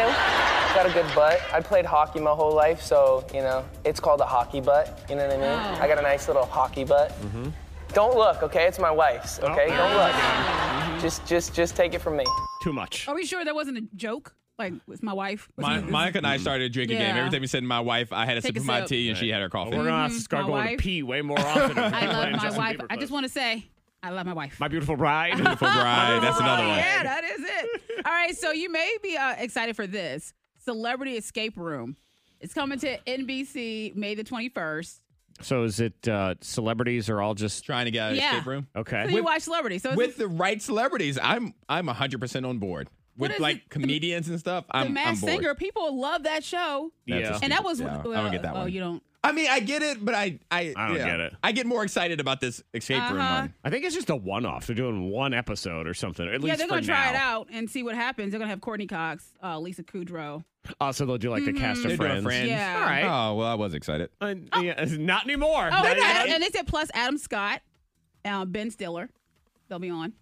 Got a good butt. I played hockey my whole life, so you know it's called a hockey butt. You know what I mean?
Oh.
I got a nice little hockey butt. Don't look, okay? It's my wife's, okay? Don't look. Just, just, just take it from me.
Too much.
Are we sure that wasn't a joke? Like with my wife? Was
Mon-
it-
Monica and I started a drinking game.
Yeah.
Every time we said my wife, I had a
Take
sip
a
of my
sip.
tea and she had her coffee.
We're gonna have to start
Mm-hmm. My
going
wife.
to pee way more often.
I love my wife. I just want to say, I love my wife.
my beautiful bride.
Beautiful bride. That's another one.
Oh, Yeah, that is it. All right, so you may be uh, excited for this celebrity escape room. It's coming to NBC May the twenty first.
So is it uh, celebrities are all just
trying to get out of
Yeah.
escape room?
Okay.
So you watch celebrity. So it's
With the right celebrities, I'm I'm 100% on board.
What
With
is
like
it?
comedians and stuff,
the
I'm, I'm
Masked
bored.
Singer. People love that show.
That's a
and
stupid-
that was.
yeah, I don't
well,
get that
Oh,
one.
you don't.
I mean, I get it, but I I,
I don't
yeah.
get it.
I get more excited about this escape room
Uh-huh.
one.
I think it's just a one-off. They're doing one episode or something. At
yeah,
least
they're
for
gonna try it
now.
out and see what happens. They're gonna have Courtney Cox, uh, Lisa Kudrow.
Also, they'll do like the cast of
They're doing
Friends.
Friends.
Yeah.
All right.
Oh, well, I was excited.
Uh, yeah, not anymore.
Oh,
Not
and,
anymore.
and they said plus Adam Scott, uh, Ben Stiller. They'll be on.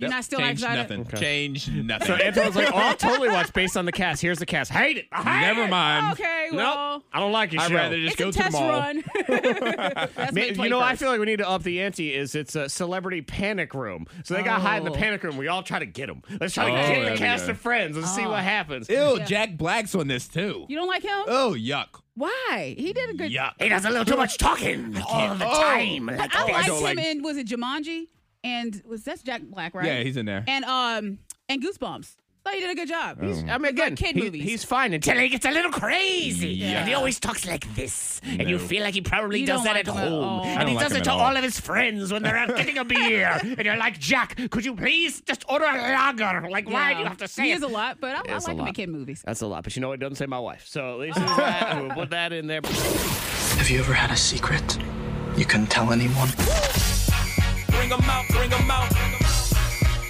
You're
Yep.
not still
Change
excited.
nothing. Change nothing.
So Antoine's like, "Oh, I'll totally watch based on the cast. Here's the cast. Hate it. I hate
Never
it.
mind.
Okay,
Nope.
well,
I don't like your
I'd
show.
rather just
it's a test run. That's
Ma-
May
you know, I
21st.
feel like we need to up the ante. Is it's a celebrity panic room? So they got to hide in the
Oh.
panic room. We all try to get them. Let's try
Oh,
to
there
get
we
the cast
go.
of Friends. Let's see
Oh.
what happens.
Ew, Jack Black's on this too.
You don't like him?
Uh,
Oh, yuck.
Why? He did a good.
Yuck.
He does a little too much talking all the time.
But
Oh. Like,
I
oh,
liked
don't
him
like-
in was it Jumanji and was that's Jack Black, right?
Yeah, he's in there.
And um and Goosebumps. Thought he did a good job.
He's,
Mm.
I mean, again,
kid
he-
movies.
he's fine until he gets a little crazy.
Yeah.
And he always talks like this. And you
No.
feel like he probably
You
does
don't
that at
like him at
home.
all. I
And
don't
he
like
does
him
it
at
to all.
all.
of his friends when they're out getting a beer. And you're like, Jack, could you please just order a lager? Like, why do you have to say
He
it?
is a lot, but I, I
It's
like
a
him in
lot.
kid movies.
That's a lot. But you know, it doesn't say my wife. So at least there's that. we'll put that in there.
Have you ever had a secret you couldn't tell anyone?
Bring 'em out, bring 'em out.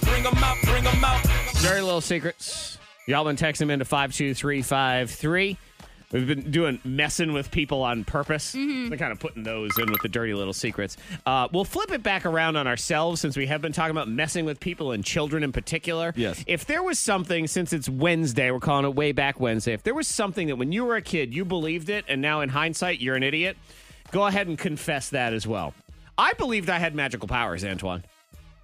Bring 'em out, bring 'em out.
Very little secrets. Y'all been texting them into 52353. We've been doing messing with people on purpose. Been kind of putting those in with the dirty little secrets. Uh, we'll flip it back around on ourselves since we have been talking about messing with people and children in particular. Yes. If there was something, since it's Wednesday, we're calling it Way Back Wednesday, if there was something that when you were a kid you believed it and now in hindsight you're an idiot, go ahead and confess that as well. I believed I had magical powers, Antoine.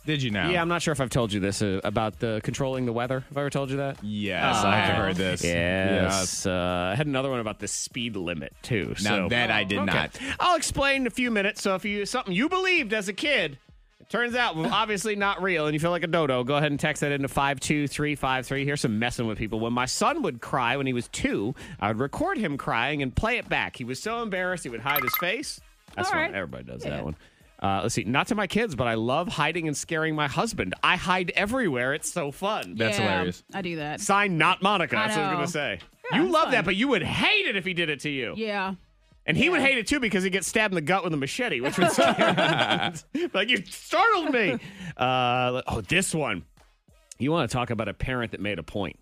Did you now?
Yeah, I'm not sure if I've told you this uh, about the controlling the weather. Have I ever told you that?
Yes,
Uh,
I have heard this.
Yes, Uh, I had another one about the speed limit too.
Now
so.
that I did
Okay.
not. Hmm,
I'll explain in a few minutes. So if you something you believed as a kid, it turns out was obviously not real, and you feel like a dodo, go ahead and text that into five two three five three. Here's some messing with people. When my son would cry when he was two, I would record him crying and play it back. He was so embarrassed he would hide his face. That's
All
one
right.
everybody does
Yeah.
that one. Uh, let's see. Not to my kids, but I love hiding and scaring my husband. I hide everywhere. It's so fun.
Yeah, I do that.
Sign not Monica.
I
That's what I was gonna
know.
say. you love that, but you would hate it if he did it to you.
Yeah.
And he would hate it too because he gets stabbed in the gut with a machete, which would scare him. like you startled me. Uh, oh, this one. You want to talk about a parent that made a point?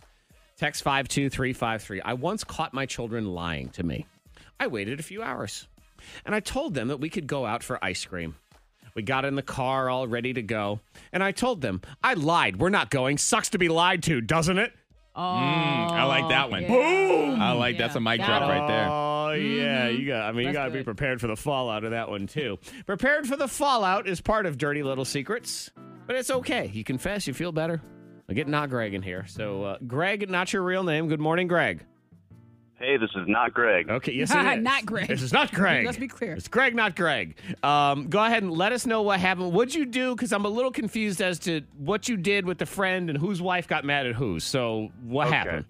Text five two three five three. I once caught my children lying to me. I waited a few hours, and I told them that we could go out for ice cream. We got in the car all ready to go, and I told them I lied. We're not going. Sucks to be lied to, doesn't it?
Oh,
I like that one.
Boom!
I like that's a mic drop
That'll-
right there.
Oh yeah, you got. I mean, you
Mm-hmm. That's
got to be
good.
prepared for the fallout of that one too. Prepared for the fallout is part of Dirty Little Secrets, but it's okay. You confess, you feel better. I get not Greg in here. So uh, Greg, not your real name. Good morning, Greg.
Hey, this is not Greg.
Okay, yes, it is.
Not Greg.
This is not Greg.
Let's be clear.
It's Greg, not Greg. Um, go ahead and let us know what happened. What'd you do? Because I'm a little confused as to what you did with the friend and whose wife got mad at whose. So what
Okay.
happened?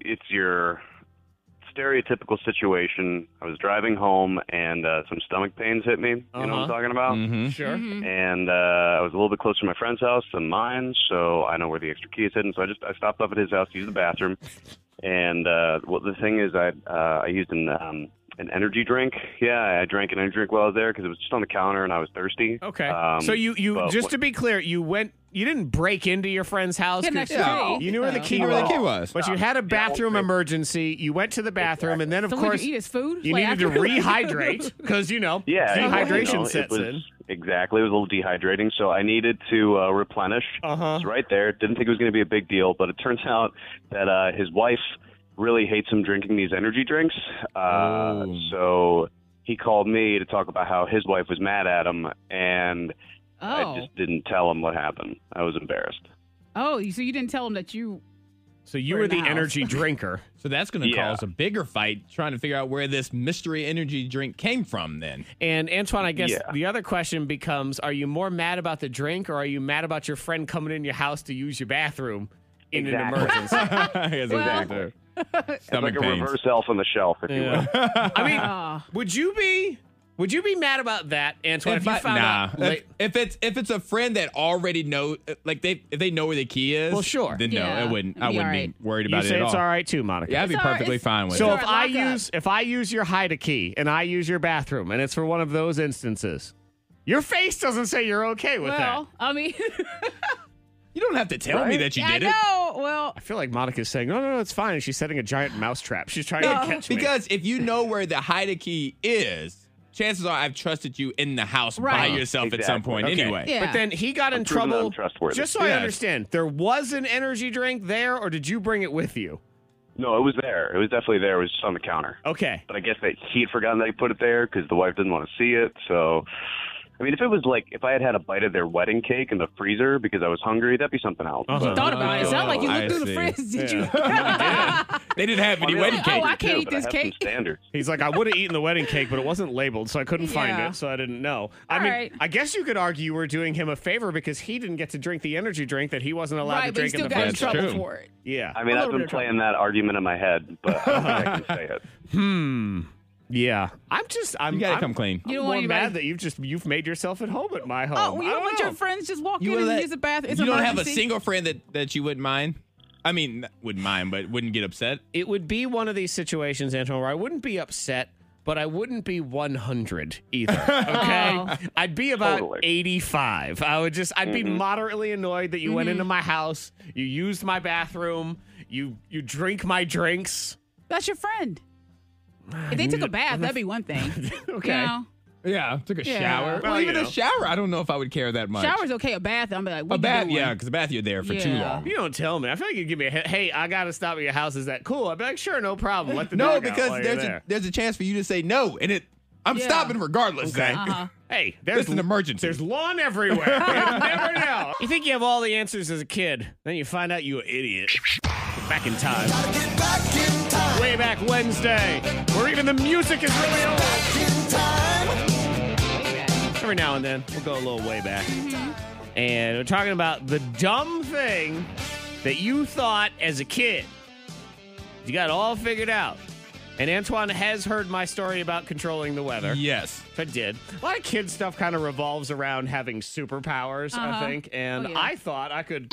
It's your stereotypical situation. I was driving home and uh, some stomach pains hit me. You know what
Uh-huh.
I'm talking about?
Mm-hmm.
Sure.
And uh, I was a little bit closer to my friend's house than mine, so I know where the extra key is hidden. So I just I stopped off at his house to use the bathroom. And uh, well, the thing is, I uh, I used an um, an energy drink. Yeah, I drank an energy drink while I was there because it was just on the counter and I was thirsty.
Okay.
Um,
so you you
but
just
what-
to be clear, you went you didn't break into your friend's house.
Didn't
'cause-
actually.
You knew where the
No.
key,
You knew
was,
where the key
was.
But you had a bathroom emergency. You went to the bathroom, and then of
so
course
we could eat his food.
you
Like,
needed to
after-
rehydrate because you know
Yeah, it was, you
dehydration
know, it
sets
was-
in.
Exactly, it was a little dehydrating, so I needed to uh, replenish.
Uh-huh.
It's right there. Didn't think it was going to be a big deal, but it turns out that uh, his wife really hates him drinking these energy drinks. Uh,
Oh.
So he called me to talk about how his wife was mad at him, and I
Oh.
just didn't tell him what happened. I was embarrassed.
Oh, you- so you didn't tell him that you.
So you
We're in the house.
drinker.
So that's going to
Yeah.
cause a bigger fight trying to figure out where this mystery energy drink came from then.
And Antoine, I guess
Yeah.
the other question becomes: Are you more mad about the drink, or are you mad about your friend coming in your house to use your bathroom in
Exactly.
an emergency?
exactly. It's
Stomach
like a
pains.
reverse elf on the shelf, if you will.
I mean,
uh,
would you be would you be mad about that, Antoine? If,
I-
you found
nah.
out,
If- if, it's if it's a friend that already know, like they if they know where the key is,
Well, sure.
Then
Yeah,
no, I wouldn't. I
it'd be
wouldn't
all right.
be worried
you
about it
say
at
it's
all.
all right too, Monica.
Yeah, I'd be
It's all right.
perfectly fine with
so
it.
if I use if I use your hide key and I use your bathroom and it's for one of those instances, your face doesn't say you're okay with
well,
that.
I mean,
You don't have to
tell me that you
I
did it.
know. Well,
I feel like Monica's saying, "No, no, no, it's fine." And she's setting a giant mousetrap. She's trying to catch me.
because if you know where the hide key is, chances are I've trusted you in the house
Right.
by yourself at some point
Okay.
anyway.
But then he got in
I'm proving
trouble.
I'm trustworthy.
Just so I
Yes.
understand, there was an energy drink there, or did you bring it with you?
No, it was there. It was definitely there. It was just on the counter.
Okay.
But I guess that he had forgotten that he put it there because the wife didn't want to see it. So, I mean, if it was like if I had had a bite of their wedding cake in the freezer because I was hungry, that'd be something else.
Uh-huh.
you thought about it. It sounded like you looked through the fridge. Did
They didn't have
any I mean, wedding oh, cake. I can't eat this cake.
Standards.
He's like, I would have eaten the wedding cake, but it wasn't labeled, so I couldn't find
Yeah.
it, so I didn't know. I
All
mean,
right.
I guess you could argue you were doing him a favor because he didn't get to drink the energy drink that he wasn't allowed
Right,
to
but he
drink in
still
the
got in
first place.
trouble for it.
Yeah.
I mean,
A
I've
little bit
been
of
playing that argument in my head, but I, don't think I can say it.
Hmm. Yeah. I'm just. I'm.
You gotta
I'm-
come clean.
I'm
You don't
more
want anybody-
mad that you've just you've made yourself at home at my home.
Oh, well, you
I
don't want
know.
your friends just walk
You
in
would
and
let-
use the bathroom. It's
you
an
don't have a
emergency.
single friend that, that you wouldn't mind. I mean, not- wouldn't mind, but wouldn't get upset.
It would be one of these situations, Antoine, where I wouldn't be upset, but I wouldn't be 100 either.
Oh.
Okay, I'd be about 85. I would just, I'd be
Mm-hmm.
moderately annoyed that you went
Mm-hmm.
into my house, you used my bathroom, you you drink my drinks.
That's your friend. If they took a bath, that'd be one thing. okay. You know?
Yeah, took a
Yeah.
shower. Well,
Well, you
even
know.
a shower, I don't know if I would care that much.
Shower's okay. A bath, I'm like,
a
what you
bath,
doing?
yeah, because a bath you're there for too
Yeah.
long.
You don't tell me. I feel like you give me a hint, hey, I gotta stop at your house. Is that cool? I'd be like, sure, no problem. Let the
No,
dog out
because
while you're
there's
there.
a there's a chance for you to say no, and it I'm stopping regardless,
Okay.
Zach.
Uh-huh. Hey,
there's an emergency.
There's lawn everywhere. you never know. You think you have all the answers as a kid, then you find out you're an idiot. Get back in time. Way back Wednesday, where even the music is really old. Every now and then, we'll go a little way back.
Mm-hmm.
And we're talking about the dumb thing that you thought as a kid. You got it all figured out. And Antoine has heard my story about controlling the weather.
Yes.
I did. A lot of kid stuff kind of revolves around having superpowers,
Uh-huh.
I think. And
Oh, yeah.
I thought I could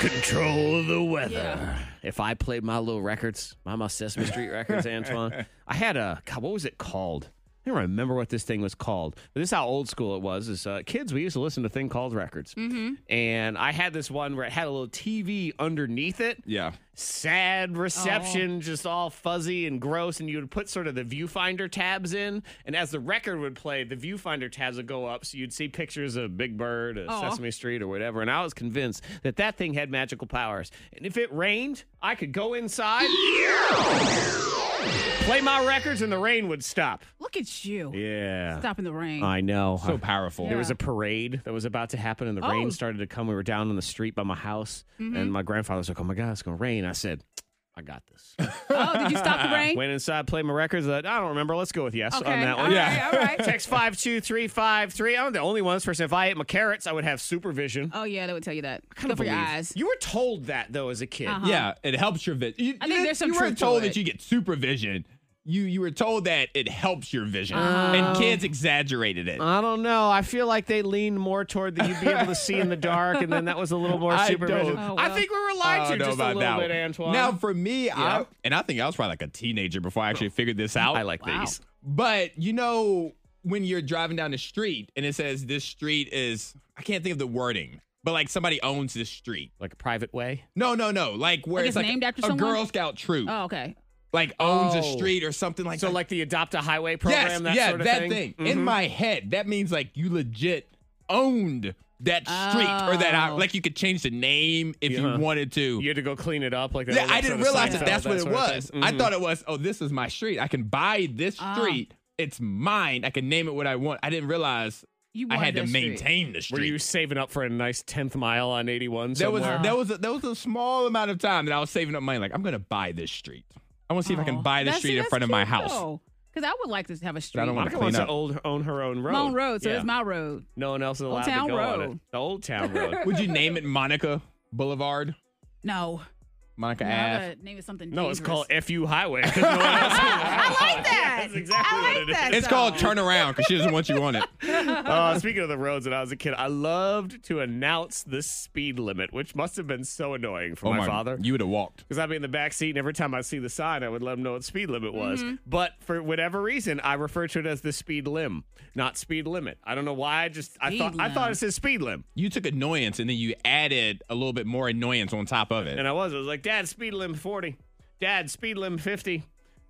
control the weather. If I played my little records, my, my Sesame Street records, Antoine, I had a, God, what was it called? I don't remember what this thing was called. But this is how old school it was. Is uh, kids, we used to listen to a thing called records.
Mhm.
And I had this one where it had a little TV underneath it.
Yeah.
Sad reception, just all fuzzy and gross. And you would put sort of the viewfinder tabs in. And as the record would play, the viewfinder tabs would go up. So you'd see pictures of Big Bird, of
Aw.
Sesame Street, or whatever. And I was convinced that that thing had magical powers. And if it rained, I could go inside, play my records, and the rain would stop.
Look at you.
Yeah.
Stopping the rain.
I know.
So powerful.
There was
Yeah.
a parade that was about to happen, and the
Oh.
rain started to come. We were down on the street by my house,
Mhm.
and my grandfather's like, "Oh my god, it's gonna rain!" I said, "I got this."
Oh, did you stop the rain?
Went inside, played my records. uh, I don't remember. Let's go with yes on that one.
yeah. All right.
Text five two three five three. I'm the only one. This person, if I ate my carrots, I would have supervision.
Oh yeah, they would tell you that.
I
Good for your
believe-
eyes.
You were told that though as a kid.
Uh-huh. Yeah,
it helps your vision.
I think there's some
you
truth
were
to
told
it.
that you get supervision. You you were told that it helps your vision,
Uh-huh.
Oh.
and kids exaggerated it.
I don't know. I feel like they leaned more toward that you'd be able to see in the dark, and then that was a little more
I
supervision.
don't- Oh,
I think we were
I
lied
don't
to
know
just a
about
little
that
bit,
one.
Antoine.
Now, for me,
Yeah.
I and I think I was probably like a teenager before I actually figured this out. I like
Wow. these.
but you know when you're driving down the street and it says this street is I can't think of the wording, but like somebody owns this street,
like a private way.
No, no, no, like where
Like
it's
it's
like
named after
a
someone?
Girl Scout troop.
Oh, okay.
Like owns a
Oh.
street or something like
so,
that.
like the adopt a highway program,
yes,
that
yeah,
sort of
that
thing.
In
Mhm.
my head, that means like you legit owned that street or that
Oh.
out. Like you could change the name if
Yeah.
you wanted to.
you had to go clean it up, like that
Yeah,
old
I
episode
didn't
of
realize
Seinfeld,
that that's what it
sort of
was.
thing.
I
Mhm.
thought it was, oh, this is my street. I can buy this
Uh-huh.
Ah.
street. It's mine. I can name it what I want. I didn't realize
You
I
wanted
had to
that street.
maintain the
Were
street.
you saving up for a nice tenth mile on eighty one?
There was there was a, there was a small amount of time that I was saving up money. Like I'm gonna buy this street. I want to see if I can buy the
Oh. That's-
street in
that's
front of my
cute,
house.
though, Cause I would like to have a street.
I don't wanna
Monica
clean
wants to
up.
old, own her own road.
My own road, so
Yeah.
it's my road.
No one else is
Old
allowed to
Town
go on
Road.
it. The old town road.
Would you name it Monica Boulevard?
No.
Monica
No, I
Ave.
would name it something.
No, it's
dangerous.
called FU Highway. 'cause no one else-
I like that.
That's exactly
I like
what it is.
that.
It's called Turn Around because she doesn't want you on it.
uh, speaking of the roads, when I was a kid, I loved to announce the speed limit, which must have been so annoying
Oh
for my, father.
You would have walked.
Because I'd be in the back seat, and every time I see the sign, I would let him know what speed limit was.
Mhm.
But for whatever reason, I refer to it as the speed limb, not speed limit. I don't know why. I just I
Speed
thought I thought
limb.
it said speed limb,
You took annoyance and then you added a little bit more annoyance on top of it.
and I was. I was like, Dad, speed limb forty, Dad, speed limb fifty.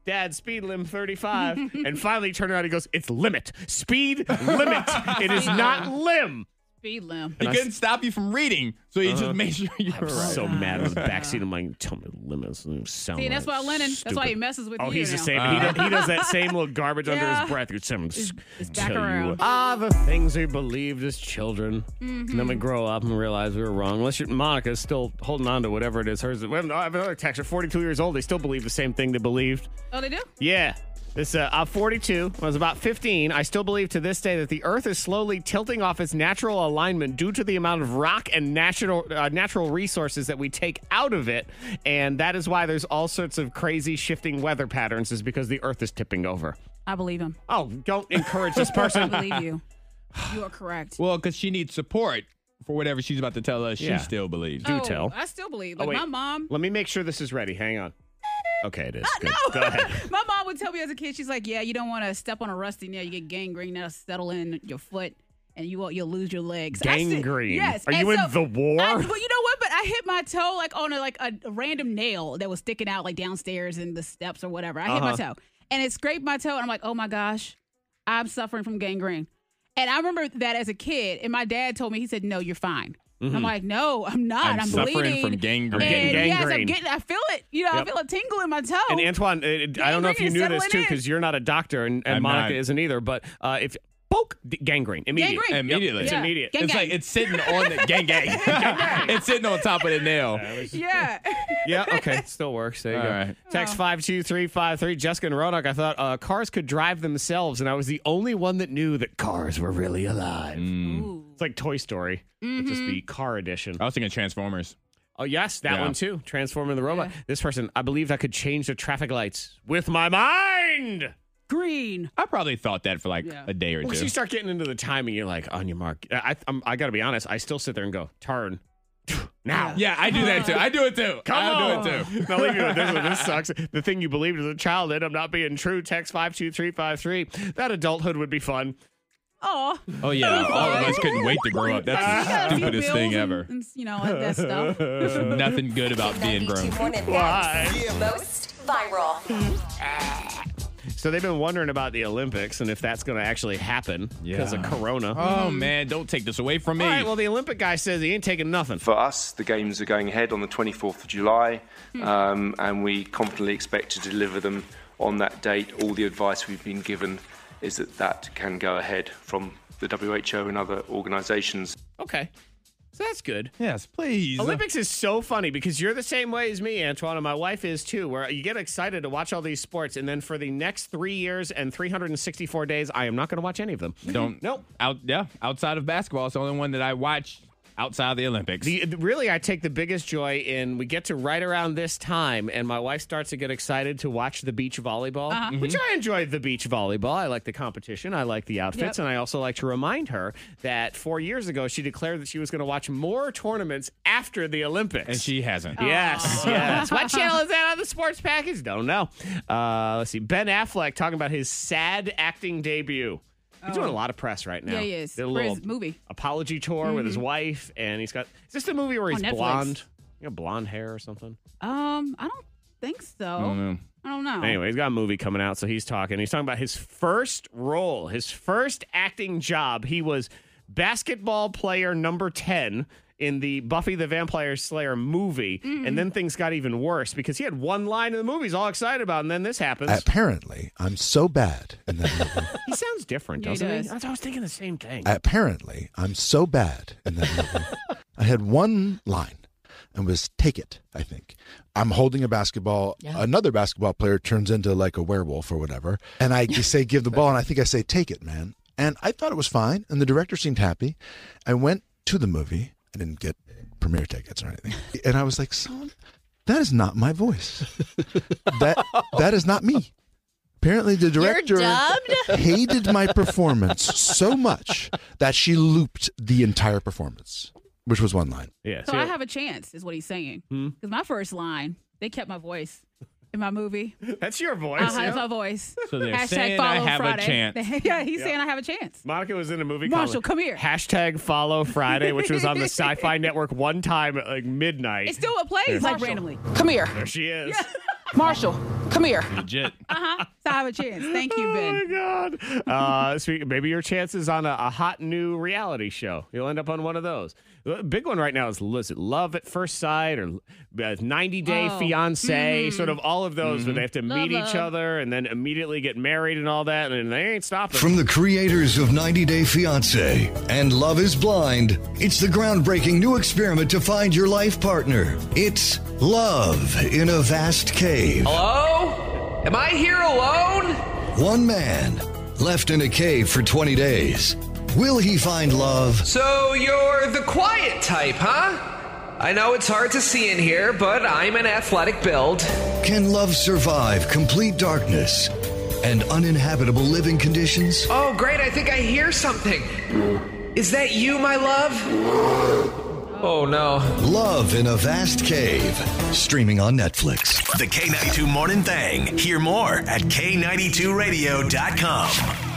Dad, speed limb 35. and finally he turned around and he goes, It's limit. Speed limit. It is not limb.
Speed limb.
He couldn't stop you from reading, so he just made sure you
I'm
were Uh-huh. right.
so mad in the backseat. I'm like, tell me limits. and Sound
See, that's
right
why Lennon. That's why he
stupid.
messes with
Oh,
you.
he's the
now.
same. he, does, he does that same little garbage under
Yeah.
his breath. It's, I'm s-
it's back
tell you
around.
what. ah, the things we believed as children. And
Mm-hmm.
then we grow up and realize we were wrong. Unless you Monica's still holding on to whatever it is. Hers. well, no, I have another texter, 42 years old. They still believe the same thing they believed.
Oh, they do.
Yeah. This uh, I'm 42. When I was about 15. I still believe to this day that the Earth is slowly tilting off its natural alignment due to the amount of rock and natural uh, natural resources that we take out of it, and that is why there's all sorts of crazy shifting weather patterns. Is because the Earth is tipping over.
I believe him.
Oh, don't encourage this person.
I believe you. You are correct.
Well, because she needs support for whatever she's about to tell us.
Yeah.
She still believes.
Do tell.
Oh, I still believe.
Oh,
Like
wait.
my mom. Uh,
Let me make sure this is ready. Hang on. Okay, it is. Good.
no.
Go ahead.
my mom would tell me as a kid, she's like, "Yeah, you don't want to step on a rusty nail. You get gangrene. That'll settle in your foot, and you won't. You'll lose your legs." I said-
Gangrene.
yes.
Are
And
you
so
in the war?
I- well, you know what? But I hit my toe like on a, like a random nail that was sticking out like downstairs in the steps or whatever. I hit my
Uh-huh.
toe, and it scraped my toe, and I'm like, "Oh my gosh, I'm suffering from gangrene." And I remember that as a kid, and my dad told me, he said, "No, you're fine." I'm
Mm-hmm.
Mhm.
like, no, I'm not. I'm,
I'm suffering
bleeding
from gangrene.
And
Getting
yes, I'm
gangrene.
getting. I feel it. You know,
Yep.
I feel a tingle in my toe.
And Antoine, it, I don't know if you
Gangrene is
knew this
settling
too,
in.
because you're not a doctor, and, and
I'm
Monica
not.
isn't either. But uh, if poke d- gangrene immediate,
Gangrene.
Yep,
Immediately.
it's immediate.
it's like it's sitting on the gang gang. it's sitting on top of the nail.
yeah.
yeah, okay, it still works. There you
All
go.
right.
Text five two three five three. Jessica and Roanoke. I thought uh, cars could drive themselves, and I was the only one that knew that cars were really alive.
Mm.
It's like Toy Story, but just the car edition.
I was thinking Transformers.
Oh yes, that
Uh, Yeah.
one too. Transforming the robot. This person, I believed I could change the traffic lights with my mind.
Green.
I probably thought that for like
Yeah.
a day or
Once
two.
you start getting into the timing, you're like, on your mark. I, I, am I got to be honest. I still sit there and go, turn now.
Yeah, I do that too. I do it too.
Come
I
on.
do it too.
Now leave you with this one. This sucks. The thing you believed as a child that I'm not being true. Text five two three five three. That adulthood would be fun.
Oh.
Oh yeah, all of us couldn't wait to grow up. That's
Got
the
a few
stupidest
bills
thing
and-
ever.
and, you know, and that stuff.
There's nothing good about being grown.
Morning Thanks. Most viral.
So they've been wondering about the Olympics and if that's going to actually happen because of Corona.
Oh man, don't take this away from me.
All right. Well, the Olympic guy says he ain't taking nothing.
For us, the Games are going ahead on the 24th of July, um, and we confidently expect to deliver them on that date. All the advice we've been given is that that can go ahead from the WHO and other organisations.
Okay. So that's good.
Yes, please.
Olympics is so funny because you're the same way as me, Antoine, and my wife is too, where you get excited to watch all these sports, and then for the next three years and 364 days, I am not going to watch any of them.
Don't.
Nope.
Out. Yeah. Outside of basketball, it's the only one that I watch outside of the Olympics.
The, the- really, I take the biggest joy in we get to right around this time, and my wife starts to get excited to watch the beach volleyball,
Uh-huh.
which I enjoy the beach volleyball. I like the competition, I like the
Yep.
outfits, and I also like to remind her that four years ago she declared that she was going to watch more tournaments after the Olympics. And
she hasn't.
Yes, yes. What channel is that on the sports package? Don't know. Uh, let's see. Ben Affleck talking about his sad acting debut. He's
Oh.
doing a lot of press right now.
Yeah, he is.
Did a
For
little
his movie.
apology tour with his wife, and he's got. Is this the movie where
Mm-hmm. On
he's
Netflix.
blonde? You know, blonde hair or something.
Um, I don't think so. I
don't know.
I don't know.
Anyway, he's got a movie coming out, so he's talking. He's talking about his first role, his first acting job. He was basketball player number 10 in the Buffy the Vampire Slayer movie.
Mm-hmm.
And then things got even worse because he had one line in the movie he's all excited about, and then this happens.
Apparently, I'm so bad in that movie.
he sounds different,
Yeah, he
doesn't he?
does.
That's- I was thinking the same thing.
Apparently, I'm so bad in that movie. I had one line and was take it, I think. I'm holding a basketball. Another basketball player turns into like a werewolf or whatever. And I just say, give the ball. And I think I say, take it, man. And I thought it was fine. And the director seemed happy. I went to the movie. I didn't get premiere tickets or anything. And I was like, son, that is not my voice. That that is not me. Apparently, the director
dubbed?
hated my performance so much that she looped the entire performance, which was one line.
Yeah.
So I have a chance, is what he's saying.
Hmm.
Because my first line, they kept my voice in my movie.
That's your voice.
Uh-huh,
yeah.
That's my voice.
So they're
Hashtag
saying I
follow
have a
Friday.
chance.
yeah, he's
Yeah.
saying I have a chance.
Monica was in a movie
Marshall,
called
come here.
Hashtag Follow Friday, which was on the Sci Fi Network one time at like midnight.
It still plays
There's-
like randomly.
Come here. There she is.
Marshall, come here.
Legit.
Uh huh. So I have a chance. Thank you, Ben.
Oh my God. Uh, speak- maybe your chances on a, a hot new reality show. You'll end up on one of those. The big one right now is was it Love at First Sight or uh, 90 Day
Oh.
Fiance,
Mm-hmm.
sort of all of those where they have to
Love,
meet each
love.
other and then immediately get married and all that, and they ain't stopping.
From the creators of 90 Day Fiancé and Love is Blind, it's the groundbreaking new experiment to find your life partner. It's Love in a Vast Cave.
Hello? Am I here alone?
One man left in a cave for 20 days. Will he find love?
So you're the quiet type, huh? I know it's hard to see in here, but I'm an athletic build.
Can love survive complete darkness and uninhabitable living conditions?
Oh, great, I think I hear something. Is that you, my love? Oh, no.
Love in a Vast Cave, streaming on Netflix.
The K92 Morning Thing. Hear more at K92Radio.com.